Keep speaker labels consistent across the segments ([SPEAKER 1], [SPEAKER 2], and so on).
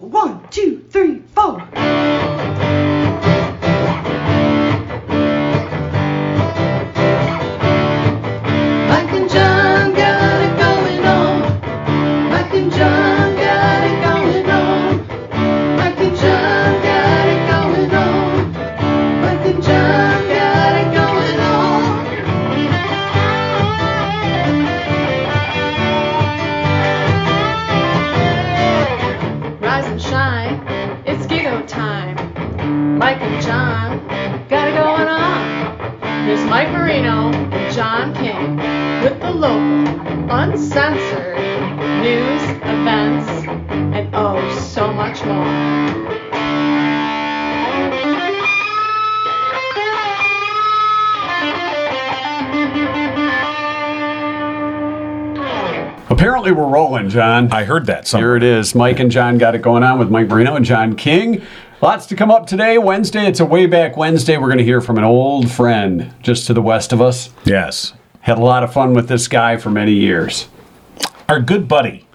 [SPEAKER 1] One, two, three, four. Mike and John got it going on. Mike and John got it going on. Mike and John got it going on. Mike and John got it going on. Rise and shine, it's Gigo time. Mike and John got it going on. Here's Mike Marino and John King with the local, uncensored news, events, and oh, so much more.
[SPEAKER 2] Apparently, we're rolling, John.
[SPEAKER 3] I heard that. Somewhere.
[SPEAKER 2] Here it is. Mike and John got it going on with Mike Marino and John King. Lots to come up today. Wednesday, it's a way back Wednesday. We're going to hear from an old friend just to the west of us.
[SPEAKER 3] Yes.
[SPEAKER 2] Had a lot of fun with this guy for many years.
[SPEAKER 3] Our good buddy.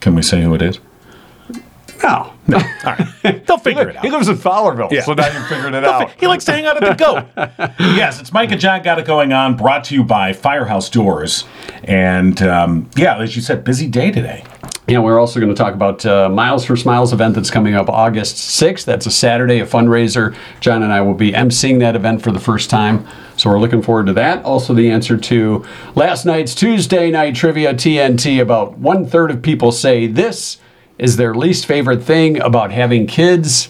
[SPEAKER 3] Can we say who it is?
[SPEAKER 2] No.
[SPEAKER 3] No. All right. They'll figure it out.
[SPEAKER 2] He lives in Fowlerville,
[SPEAKER 3] Oh, Yeah.
[SPEAKER 2] so now you figured it
[SPEAKER 3] They'll
[SPEAKER 2] out.
[SPEAKER 3] fi- He likes to hang out at the goat. yes, it's Mike and John got it going on. Brought to you by Firehouse Doors, and um, yeah, as you said, busy day today.
[SPEAKER 2] Yeah, we're also going to talk about uh, Miles for Smiles event that's coming up August 6th. That's a Saturday, a fundraiser. John and I will be emceeing that event for the first time. So we're looking forward to that. Also, the answer to last night's Tuesday night trivia TNT about one third of people say this is their least favorite thing about having kids.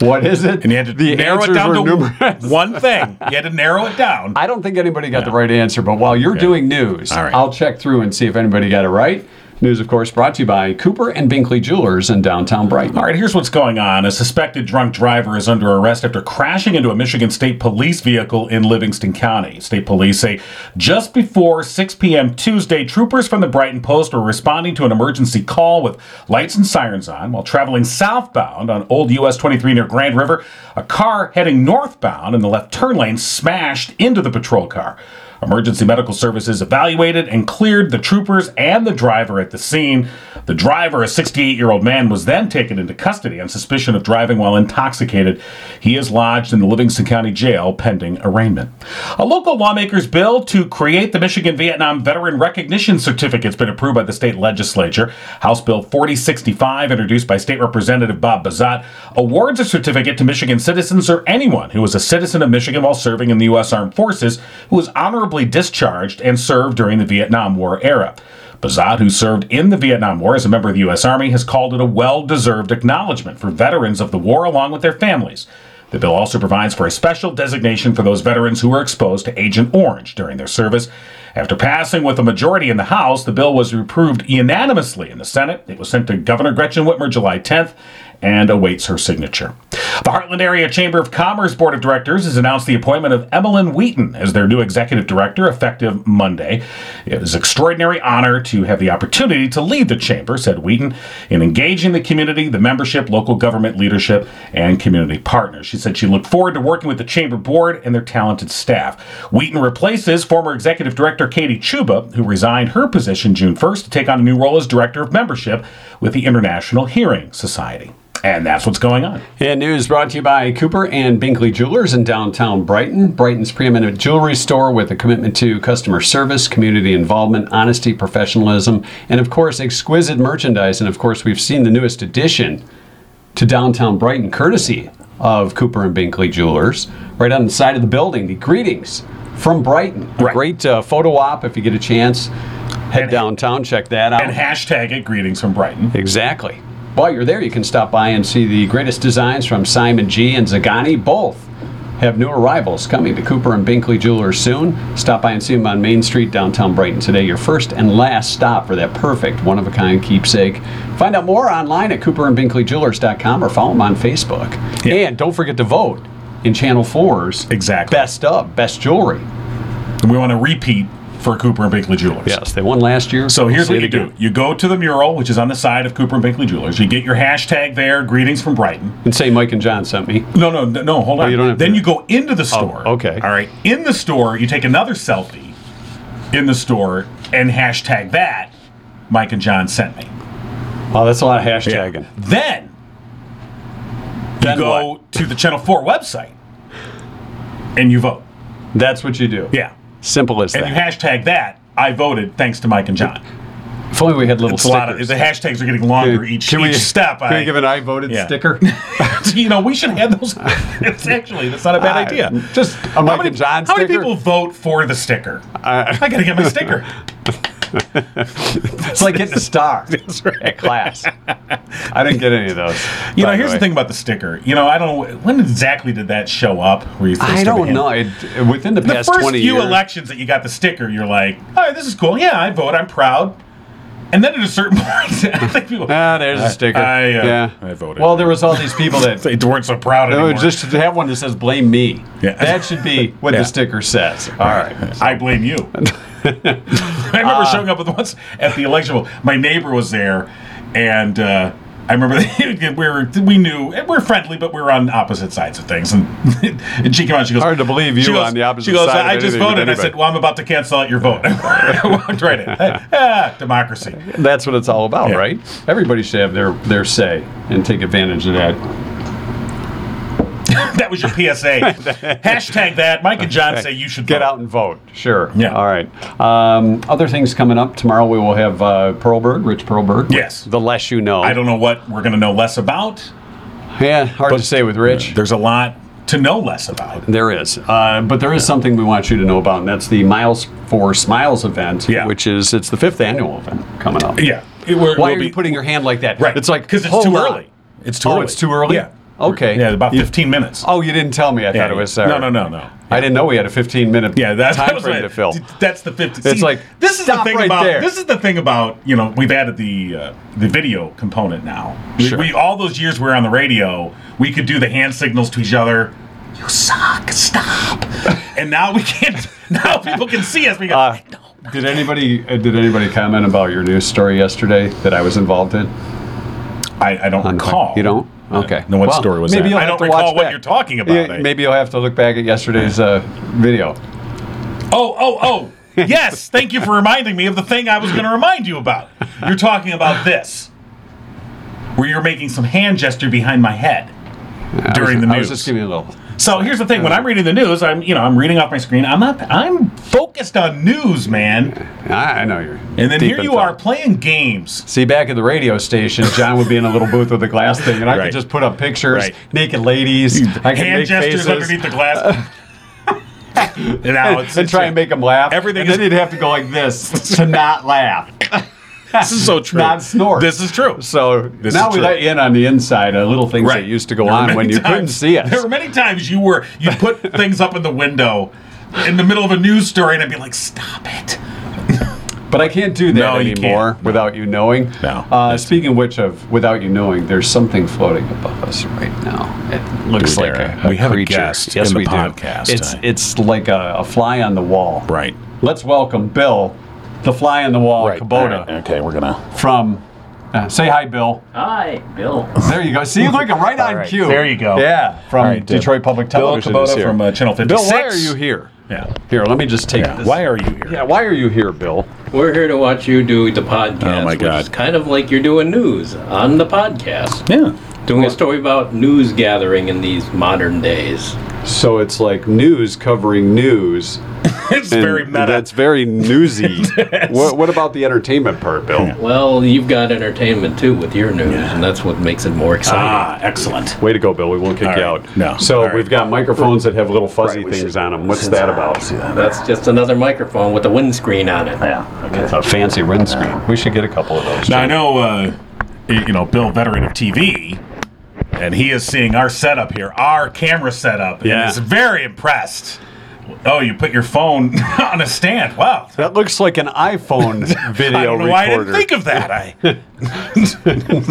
[SPEAKER 2] what is it?
[SPEAKER 3] And you had to narrow it
[SPEAKER 2] answers
[SPEAKER 3] down
[SPEAKER 2] were
[SPEAKER 3] to
[SPEAKER 2] numerous.
[SPEAKER 3] one thing. You had to narrow it down.
[SPEAKER 2] Um, I don't think anybody got the right answer, but while you're doing news,
[SPEAKER 3] All right.
[SPEAKER 2] I'll check through and see if anybody got it right. News, of course, brought to you by Cooper and Binkley Jewelers in downtown Brighton.
[SPEAKER 3] All right, here's what's going on. A suspected drunk driver is under arrest after crashing into a Michigan State Police vehicle in Livingston County. State police say just before 6 p.m. Tuesday, troopers from the Brighton Post were responding to an emergency call with lights and sirens on while traveling southbound on Old US 23 near Grand River. A car heading northbound in the left turn lane smashed into the patrol car. Emergency medical services evaluated and cleared the troopers and the driver at the scene. The driver, a 68 year old man, was then taken into custody on suspicion of driving while intoxicated. He is lodged in the Livingston County Jail pending arraignment. A local lawmaker's bill to create the Michigan Vietnam Veteran Recognition Certificate has been approved by the state legislature. House Bill 4065, introduced by State Representative Bob Bazat, awards a certificate to Michigan citizens or anyone who is a citizen of Michigan while serving in the U.S. Armed Forces who was honorably discharged and served during the Vietnam War era. Bazat, who served in the Vietnam War as a member of the U.S. Army, has called it a well deserved acknowledgement for veterans of the war along with their families. The bill also provides for a special designation for those veterans who were exposed to Agent Orange during their service. After passing with a majority in the House, the bill was approved unanimously in the Senate. It was sent to Governor Gretchen Whitmer July 10th and awaits her signature. The Heartland Area Chamber of Commerce Board of Directors has announced the appointment of Emmeline Wheaton as their new executive director effective Monday. It is an extraordinary honor to have the opportunity to lead the chamber, said Wheaton, in engaging the community, the membership, local government leadership, and community partners. She said she looked forward to working with the chamber board and their talented staff. Wheaton replaces former executive director Katie Chuba, who resigned her position June 1st to take on a new role as director of membership with the International Hearing Society. And that's what's going on.
[SPEAKER 2] And news brought to you by Cooper and Binkley Jewelers in downtown Brighton, Brighton's preeminent jewelry store with a commitment to customer service, community involvement, honesty, professionalism, and of course, exquisite merchandise. And of course, we've seen the newest addition to downtown Brighton, courtesy of Cooper and Binkley Jewelers, right on the side of the building. The greetings from Brighton. A
[SPEAKER 3] Right.
[SPEAKER 2] Great uh, photo op if you get a chance. Head
[SPEAKER 3] And-
[SPEAKER 2] downtown, check that out.
[SPEAKER 3] And hashtag it greetings from Brighton.
[SPEAKER 2] Exactly. While you're there, you can stop by and see the greatest designs from Simon G and Zagani. Both have new arrivals coming to Cooper and Binkley Jewelers soon. Stop by and see them on Main Street, downtown Brighton today. Your first and last stop for that perfect one of a kind keepsake. Find out more online at cooperandbinkleyjewelers.com or follow them on Facebook.
[SPEAKER 3] Yeah.
[SPEAKER 2] And don't forget to vote in Channel 4's
[SPEAKER 3] Exactly.
[SPEAKER 2] Best Up, Best Jewelry.
[SPEAKER 3] And we want to repeat for Cooper and Binkley Jewelers.
[SPEAKER 2] Yes, they won last year.
[SPEAKER 3] So here's
[SPEAKER 2] Say it
[SPEAKER 3] what you do.
[SPEAKER 2] again.
[SPEAKER 3] You go to the mural, which is on the side of Cooper and Binkley Jewelers. You get your hashtag there, greetings from Brighton.
[SPEAKER 2] And say Mike and John sent me.
[SPEAKER 3] No, no, no, no, hold on.
[SPEAKER 2] Oh, you don't have to
[SPEAKER 3] then
[SPEAKER 2] do
[SPEAKER 3] you go into the store.
[SPEAKER 2] okay.
[SPEAKER 3] All right. In the store, you take another selfie in the store and hashtag that Mike and John sent me.
[SPEAKER 2] Wow, that's a lot of hashtagging.
[SPEAKER 3] Then you
[SPEAKER 2] Then
[SPEAKER 3] go to the Channel 4 website and you vote.
[SPEAKER 2] That's what you do.
[SPEAKER 3] Yeah.
[SPEAKER 2] Simple as
[SPEAKER 3] And
[SPEAKER 2] that.
[SPEAKER 3] you hashtag that, I voted thanks to Mike and John.
[SPEAKER 2] if only we had little
[SPEAKER 3] It's a
[SPEAKER 2] stickers.
[SPEAKER 3] lot of, the hashtags are getting longer each,
[SPEAKER 2] can we,
[SPEAKER 3] each step.
[SPEAKER 2] Can we give an I voted
[SPEAKER 3] Yeah.
[SPEAKER 2] sticker?
[SPEAKER 3] you know, we should have those. It's actually, that's not a bad idea.
[SPEAKER 2] Ah, Just a Mike
[SPEAKER 3] How many,
[SPEAKER 2] and John
[SPEAKER 3] how
[SPEAKER 2] sticker. Uh,
[SPEAKER 3] many people vote for the sticker? I gotta get my sticker.
[SPEAKER 2] It's like getting a star at class. I didn't get any of those.
[SPEAKER 3] You
[SPEAKER 2] by
[SPEAKER 3] know, here's the
[SPEAKER 2] way.
[SPEAKER 3] thing about the sticker. You know, I don't know when exactly did that show up. Where you
[SPEAKER 2] I
[SPEAKER 3] first
[SPEAKER 2] don't
[SPEAKER 3] began?
[SPEAKER 2] know. It, within the,
[SPEAKER 3] The
[SPEAKER 2] past
[SPEAKER 3] first
[SPEAKER 2] 20
[SPEAKER 3] few
[SPEAKER 2] years.
[SPEAKER 3] elections that you got the sticker, you're like, "All right, this is cool. Yeah, I vote. I'm proud." And then at a certain point, I think people
[SPEAKER 2] ah, there's a sticker.
[SPEAKER 3] I, uh, I voted.
[SPEAKER 2] Well, there was all these people that
[SPEAKER 3] they weren't so proud
[SPEAKER 2] They
[SPEAKER 3] anymore.
[SPEAKER 2] would oh, just to have one that says "Blame me."
[SPEAKER 3] Yeah.
[SPEAKER 2] That should be what
[SPEAKER 3] Yeah.
[SPEAKER 2] the sticker says. All right.
[SPEAKER 3] I blame you. I remember showing up with once at the election. My neighbor was there, and uh, I remember we were we knew and we're friendly, but we were on opposite sides of things. And, and she came out, she goes,
[SPEAKER 2] Hard to believe you
[SPEAKER 3] she
[SPEAKER 2] on the opposite
[SPEAKER 3] She goes,
[SPEAKER 2] side of
[SPEAKER 3] I just
[SPEAKER 2] anything with
[SPEAKER 3] voted. I said,
[SPEAKER 2] anybody.
[SPEAKER 3] well, I'm about to cancel out your vote. I walked right in. Ah, democracy.
[SPEAKER 2] That's what it's all about,
[SPEAKER 3] Yeah.
[SPEAKER 2] right? Everybody should have their their say and take advantage of that.
[SPEAKER 3] That was your PSA. Hashtag that. Mike and John say you should
[SPEAKER 2] Get
[SPEAKER 3] vote.
[SPEAKER 2] out and vote. Sure.
[SPEAKER 3] Yeah.
[SPEAKER 2] All right. Um, other things coming up tomorrow. We will have uh, Pearlberg, Rich Pearlberg.
[SPEAKER 3] Yes.
[SPEAKER 2] The less you know.
[SPEAKER 3] I don't know what we're going to know less about.
[SPEAKER 2] Yeah. Hard to say with Rich.
[SPEAKER 3] There's a lot to know less about.
[SPEAKER 2] There is, uh, but there is something we want you to know about, and that's the Miles for Smiles event,
[SPEAKER 3] Yeah.
[SPEAKER 2] which is it's the fifth annual event coming up.
[SPEAKER 3] Yeah. It-
[SPEAKER 2] Why
[SPEAKER 3] we're- we'll
[SPEAKER 2] are you
[SPEAKER 3] be-
[SPEAKER 2] putting your hand like that?
[SPEAKER 3] Right.
[SPEAKER 2] It's like
[SPEAKER 3] because it's
[SPEAKER 2] hold
[SPEAKER 3] too
[SPEAKER 2] on.
[SPEAKER 3] early. It's too
[SPEAKER 2] Oh,
[SPEAKER 3] early.
[SPEAKER 2] it's too early?
[SPEAKER 3] Yeah.
[SPEAKER 2] Okay.
[SPEAKER 3] Yeah, about
[SPEAKER 2] You-
[SPEAKER 3] 15 minutes.
[SPEAKER 2] Oh, you didn't tell me. I
[SPEAKER 3] yeah.
[SPEAKER 2] thought it was Saturday.
[SPEAKER 3] No, no, no, no.
[SPEAKER 2] I didn't know we had a 15 minute
[SPEAKER 3] Yeah, that's
[SPEAKER 2] time
[SPEAKER 3] that was
[SPEAKER 2] frame
[SPEAKER 3] my-
[SPEAKER 2] to fill.
[SPEAKER 3] That's the 50.
[SPEAKER 2] It's like,
[SPEAKER 3] this is
[SPEAKER 2] stop
[SPEAKER 3] the thing
[SPEAKER 2] right
[SPEAKER 3] about
[SPEAKER 2] there.
[SPEAKER 3] this is the thing about you know we've added the uh, the video component now. We-
[SPEAKER 2] Sure.
[SPEAKER 3] We, all those years we were on the radio, we could do the hand signals to each other. You suck. Stop. and now we can't. Now people can see us. We go.
[SPEAKER 2] Uh,
[SPEAKER 3] no.
[SPEAKER 2] did anybody uh, did anybody comment about your news story yesterday that I was involved in?
[SPEAKER 3] I, I don't recall.
[SPEAKER 2] You don't? Okay.
[SPEAKER 3] No, what
[SPEAKER 2] Well,
[SPEAKER 3] story was
[SPEAKER 2] maybe
[SPEAKER 3] that?
[SPEAKER 2] you'll
[SPEAKER 3] I
[SPEAKER 2] have
[SPEAKER 3] don't
[SPEAKER 2] to
[SPEAKER 3] recall
[SPEAKER 2] watch
[SPEAKER 3] what
[SPEAKER 2] back.
[SPEAKER 3] you're talking about. eh?
[SPEAKER 2] Yeah,
[SPEAKER 3] I-
[SPEAKER 2] maybe you'll have to look back at yesterday's uh, video.
[SPEAKER 3] Oh, oh, oh. Yes, thank you for reminding me of the thing I was going to remind you about. You're talking about this, where you're making some hand gesture behind my head during the
[SPEAKER 2] I was
[SPEAKER 3] news.
[SPEAKER 2] just giving you a little.
[SPEAKER 3] so here's the thing: when I'm reading the news, I'm you know I'm reading off my screen. I'm not. I'm focused on news, man.
[SPEAKER 2] I, I know you're.
[SPEAKER 3] And then
[SPEAKER 2] deep
[SPEAKER 3] here
[SPEAKER 2] in
[SPEAKER 3] you
[SPEAKER 2] thought.
[SPEAKER 3] are playing games.
[SPEAKER 2] See, back at the radio station, John would be in a little booth with a glass thing, and I
[SPEAKER 3] Right.
[SPEAKER 2] could just put up pictures,
[SPEAKER 3] Right.
[SPEAKER 2] naked ladies, I could
[SPEAKER 3] hand
[SPEAKER 2] make
[SPEAKER 3] gestures
[SPEAKER 2] faces,
[SPEAKER 3] underneath the glass. and now it's,
[SPEAKER 2] and try and make them laugh.
[SPEAKER 3] Everything
[SPEAKER 2] and then
[SPEAKER 3] is-
[SPEAKER 2] he'd have to go like this to not laugh,
[SPEAKER 3] This is so true.
[SPEAKER 2] not snort.
[SPEAKER 3] This is true.
[SPEAKER 2] So
[SPEAKER 3] This
[SPEAKER 2] now
[SPEAKER 3] is
[SPEAKER 2] we
[SPEAKER 3] true.
[SPEAKER 2] let you in on the inside, uh, little things
[SPEAKER 3] Right.
[SPEAKER 2] that used to go
[SPEAKER 3] There were
[SPEAKER 2] on
[SPEAKER 3] many
[SPEAKER 2] when you
[SPEAKER 3] times-
[SPEAKER 2] couldn't see us.
[SPEAKER 3] There were many times you were you put things up in the window in the middle of a news story, and I'd be like, "Stop it!"
[SPEAKER 2] But I can't do that
[SPEAKER 3] No, you
[SPEAKER 2] anymore
[SPEAKER 3] can't.
[SPEAKER 2] without you knowing.
[SPEAKER 3] No.
[SPEAKER 2] Uh, speaking of which, of without you knowing, there's something floating above us right now. It looks
[SPEAKER 3] Do we
[SPEAKER 2] like
[SPEAKER 3] dare?
[SPEAKER 2] a, a
[SPEAKER 3] We have a
[SPEAKER 2] creature.
[SPEAKER 3] guest
[SPEAKER 2] yes,
[SPEAKER 3] in the
[SPEAKER 2] we do.
[SPEAKER 3] podcast.
[SPEAKER 2] It's
[SPEAKER 3] I-
[SPEAKER 2] it's like a, a fly on the wall.
[SPEAKER 3] Right.
[SPEAKER 2] Let's welcome Bill, the fly on the wall Kubota
[SPEAKER 3] Okay, we're gonna.
[SPEAKER 2] from. Uh, say hi, Bill.
[SPEAKER 4] Hi, Bill.
[SPEAKER 2] There you go. See, look, I'm right on
[SPEAKER 4] right.
[SPEAKER 2] cue.
[SPEAKER 3] Oh. There you go.
[SPEAKER 2] Yeah, from
[SPEAKER 3] right, Bill.
[SPEAKER 2] Detroit Public
[SPEAKER 3] Bill
[SPEAKER 2] Television. is
[SPEAKER 3] Kubota
[SPEAKER 2] here.
[SPEAKER 3] from uh, Channel 56.
[SPEAKER 2] Bill, why are you here?
[SPEAKER 3] Yeah.
[SPEAKER 2] Here, let me just take
[SPEAKER 3] yeah.
[SPEAKER 2] this.
[SPEAKER 3] Why are you here?
[SPEAKER 2] yeah, why are you here, Bill?
[SPEAKER 4] We're here to watch you do the podcast.
[SPEAKER 3] Oh, my God.
[SPEAKER 4] Which is kind of like you're doing news on the podcast.
[SPEAKER 3] Yeah.
[SPEAKER 4] Doing a story about news gathering in these modern days.
[SPEAKER 2] So it's like news covering news.
[SPEAKER 3] It's
[SPEAKER 2] And
[SPEAKER 3] very meta.
[SPEAKER 2] That's very newsy. what, what about the entertainment part, Bill?
[SPEAKER 4] Well, you've got entertainment too with your news, and that's what makes it more exciting.
[SPEAKER 3] ah, excellent.
[SPEAKER 2] Way to go, Bill. We won't kick
[SPEAKER 3] All
[SPEAKER 2] you
[SPEAKER 3] right.
[SPEAKER 2] out.
[SPEAKER 3] No.
[SPEAKER 2] So
[SPEAKER 3] All right.
[SPEAKER 2] we've got microphones that have little fuzzy
[SPEAKER 5] Right, we
[SPEAKER 2] things
[SPEAKER 5] should-
[SPEAKER 2] on them. What's that about?
[SPEAKER 3] Ah.
[SPEAKER 4] That's just another microphone with a windscreen on it.
[SPEAKER 5] Yeah. Okay.
[SPEAKER 2] It's a fancy windscreen. We should get a couple of those.
[SPEAKER 3] Now I know, uh, y- you know, Bill, veteran of TV, and he is seeing our setup here, our camera setup,
[SPEAKER 2] Yeah.
[SPEAKER 3] and is very impressed. Oh, you put your phone on a stand. Wow.
[SPEAKER 2] That looks like an iPhone
[SPEAKER 3] I
[SPEAKER 2] video
[SPEAKER 3] don't know
[SPEAKER 2] recorder.
[SPEAKER 3] why I didn't think of that. I.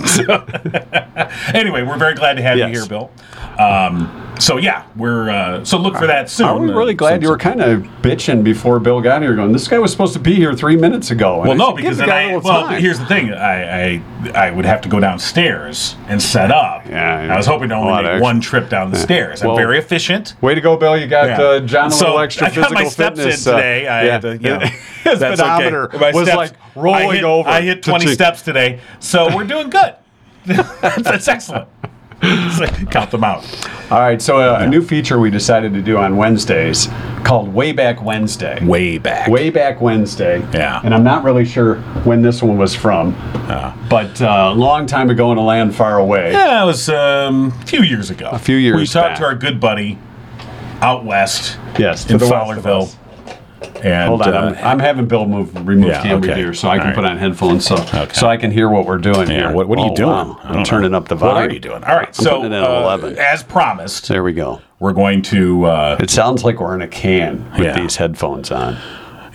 [SPEAKER 3] So- anyway, we're very glad to have
[SPEAKER 2] Yes.
[SPEAKER 3] you here, Bill. Um, So yeah, we're uh, so look for that soon.
[SPEAKER 2] Aren't we
[SPEAKER 3] Uh,
[SPEAKER 2] really glad
[SPEAKER 3] so-
[SPEAKER 2] you were kind of bitching before Bill got here? Going, this guy was supposed to be here three minutes ago. and
[SPEAKER 3] Well,
[SPEAKER 2] I
[SPEAKER 3] no,
[SPEAKER 2] said, give
[SPEAKER 3] because
[SPEAKER 2] the
[SPEAKER 3] then
[SPEAKER 2] guy a
[SPEAKER 3] I.
[SPEAKER 2] little
[SPEAKER 3] Well,
[SPEAKER 2] time."
[SPEAKER 3] here's the thing. I, I I would have to go downstairs and set up.
[SPEAKER 2] Yeah,
[SPEAKER 3] I was hoping
[SPEAKER 2] a
[SPEAKER 3] to
[SPEAKER 2] lot
[SPEAKER 3] only
[SPEAKER 2] of
[SPEAKER 3] make
[SPEAKER 2] extra-
[SPEAKER 3] one trip down the stairs.
[SPEAKER 2] Well,
[SPEAKER 3] I'm very efficient.
[SPEAKER 2] Way to go, Bill! You got
[SPEAKER 3] Yeah.
[SPEAKER 2] uh, John a
[SPEAKER 3] So,
[SPEAKER 2] little extra
[SPEAKER 3] I got
[SPEAKER 2] physical
[SPEAKER 3] my steps in
[SPEAKER 2] fitness uh,
[SPEAKER 3] today. I had to, you know,
[SPEAKER 2] His
[SPEAKER 3] that's
[SPEAKER 2] speedometer
[SPEAKER 3] okay. My
[SPEAKER 2] was
[SPEAKER 3] steps-
[SPEAKER 2] like
[SPEAKER 3] I
[SPEAKER 2] rolling
[SPEAKER 3] hit,
[SPEAKER 2] over.
[SPEAKER 3] I hit 20
[SPEAKER 2] Cha-ching.
[SPEAKER 3] steps today, so we're doing good. that's excellent. So, Count them out.
[SPEAKER 2] All right, so uh, a new feature we decided to do on Wednesdays called Way Back Wednesday.
[SPEAKER 3] Way back.
[SPEAKER 2] Way back Wednesday.
[SPEAKER 3] Yeah.
[SPEAKER 2] And I'm not really sure when this one was from, but uh, a long time ago in a land far away.
[SPEAKER 3] Yeah, that was um, a few years ago. A
[SPEAKER 2] few years
[SPEAKER 3] We talked
[SPEAKER 2] back.
[SPEAKER 3] to our good buddy out west
[SPEAKER 2] Yes, to
[SPEAKER 3] in
[SPEAKER 2] the west of
[SPEAKER 3] Fowlerville.
[SPEAKER 2] us.
[SPEAKER 3] And,
[SPEAKER 2] Hold on, I'm,
[SPEAKER 3] uh,
[SPEAKER 2] I'm having Bill move remove
[SPEAKER 3] Yeah,
[SPEAKER 2] camera
[SPEAKER 3] okay.
[SPEAKER 2] here so I can
[SPEAKER 3] All
[SPEAKER 2] put
[SPEAKER 3] right.
[SPEAKER 2] on headphones so so I can hear what we're doing
[SPEAKER 3] yeah,
[SPEAKER 2] here.
[SPEAKER 3] what, what are you
[SPEAKER 2] Oh,
[SPEAKER 3] doing?
[SPEAKER 2] wow.
[SPEAKER 3] I don't know.
[SPEAKER 2] I'm turning up the volume.
[SPEAKER 3] What are you doing? All right,
[SPEAKER 2] I'm
[SPEAKER 3] so
[SPEAKER 2] putting it in
[SPEAKER 3] uh,
[SPEAKER 2] 11.
[SPEAKER 3] as promised,
[SPEAKER 2] There we go.
[SPEAKER 3] we're going to uh,
[SPEAKER 2] It sounds like we're in a can with
[SPEAKER 3] Yeah.
[SPEAKER 2] these headphones on.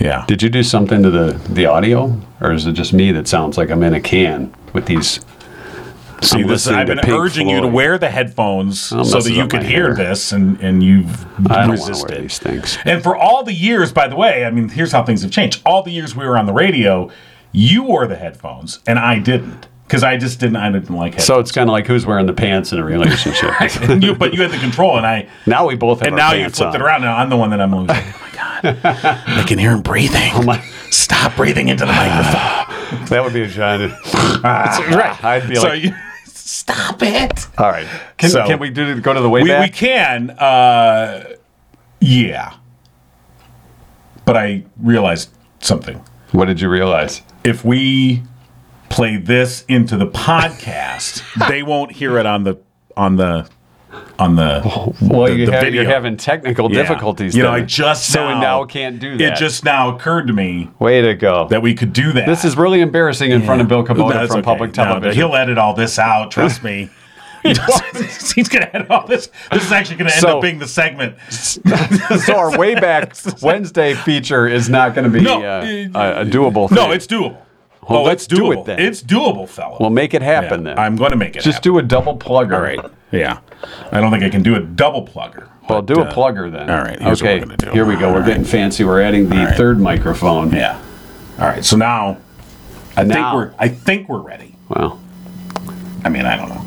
[SPEAKER 3] yeah.
[SPEAKER 2] Did you do something to the, the audio, or is it just me that sounds like I'm in a can with these?
[SPEAKER 3] See,
[SPEAKER 2] I'm
[SPEAKER 3] this,
[SPEAKER 2] listening
[SPEAKER 3] I've
[SPEAKER 2] to
[SPEAKER 3] been
[SPEAKER 2] Pink
[SPEAKER 3] urging you to
[SPEAKER 2] Floyd.
[SPEAKER 3] wear the headphones so
[SPEAKER 2] messes
[SPEAKER 3] that you
[SPEAKER 2] up
[SPEAKER 3] could
[SPEAKER 2] my hair.
[SPEAKER 3] hear this, and, and you've
[SPEAKER 2] I don't want to wear
[SPEAKER 3] resisted.
[SPEAKER 2] these things.
[SPEAKER 3] And for all the years, by the way, I mean, here's how things have changed. All the years we were on the radio, you wore the headphones, and I didn't, because I just didn't. I didn't like headphones.
[SPEAKER 2] So it's kind of like who's wearing the pants in a relationship.
[SPEAKER 3] And you, but you had the control, and I.
[SPEAKER 2] now we both have
[SPEAKER 3] And
[SPEAKER 2] our
[SPEAKER 3] now you
[SPEAKER 2] pants
[SPEAKER 3] flipped
[SPEAKER 2] on.
[SPEAKER 3] it around. Now I'm the one that I'm always like, oh my god, I can hear him breathing. Oh
[SPEAKER 2] my-
[SPEAKER 3] Stop breathing into the microphone.
[SPEAKER 2] That would be a giant. right. I'd be
[SPEAKER 3] so
[SPEAKER 2] like,
[SPEAKER 3] you, stop it.
[SPEAKER 2] all right. Can,
[SPEAKER 3] So-
[SPEAKER 2] can we do go to the way
[SPEAKER 3] we, we
[SPEAKER 2] back?
[SPEAKER 3] can uh yeah but i realized something
[SPEAKER 2] what did you realize?
[SPEAKER 3] if we play this into the podcast they won't hear it on the on the on the
[SPEAKER 2] Well,
[SPEAKER 3] the-
[SPEAKER 2] you
[SPEAKER 3] the
[SPEAKER 2] have,
[SPEAKER 3] video.
[SPEAKER 2] you're having technical
[SPEAKER 3] Yeah.
[SPEAKER 2] difficulties.
[SPEAKER 3] you know
[SPEAKER 2] then.
[SPEAKER 3] i just
[SPEAKER 2] so we
[SPEAKER 3] now,
[SPEAKER 2] now can't do that.
[SPEAKER 3] it just now occurred to me
[SPEAKER 2] way to go.
[SPEAKER 3] that we could do that
[SPEAKER 2] this is really embarrassing in front of Bill
[SPEAKER 3] No,
[SPEAKER 2] Kubota
[SPEAKER 3] that's
[SPEAKER 2] from
[SPEAKER 3] okay.
[SPEAKER 2] public
[SPEAKER 3] No,
[SPEAKER 2] television.
[SPEAKER 3] he'll edit all this out trust me he's gonna edit all this this is actually gonna end
[SPEAKER 2] So-
[SPEAKER 3] up being the segment
[SPEAKER 2] so our way back Wednesday feature is not going to be
[SPEAKER 3] No,
[SPEAKER 2] uh,
[SPEAKER 3] uh,
[SPEAKER 2] a, a doable thing.
[SPEAKER 3] No, it's doable.
[SPEAKER 2] Well,
[SPEAKER 3] oh,
[SPEAKER 2] let's
[SPEAKER 3] it's doable.
[SPEAKER 2] do it then.
[SPEAKER 3] It's doable, fella.
[SPEAKER 2] We'll make it
[SPEAKER 3] Yeah,
[SPEAKER 2] happen then.
[SPEAKER 3] I'm going to make it.
[SPEAKER 2] just
[SPEAKER 3] happen.
[SPEAKER 2] do a double plugger.
[SPEAKER 3] All right. Yeah. I don't think I can do a double plugger.
[SPEAKER 2] Well,
[SPEAKER 3] but,
[SPEAKER 2] do a
[SPEAKER 3] uh,
[SPEAKER 2] plugger then.
[SPEAKER 3] all right, here's what
[SPEAKER 2] okay.
[SPEAKER 3] we're gonna do.
[SPEAKER 2] Here we go. We're
[SPEAKER 3] All
[SPEAKER 2] getting fancy. We're adding the
[SPEAKER 3] All right.
[SPEAKER 2] third microphone.
[SPEAKER 3] Yeah. All right. So now, I think
[SPEAKER 2] Now.
[SPEAKER 3] we're. I think we're ready.
[SPEAKER 2] Well,
[SPEAKER 3] I mean, I don't know.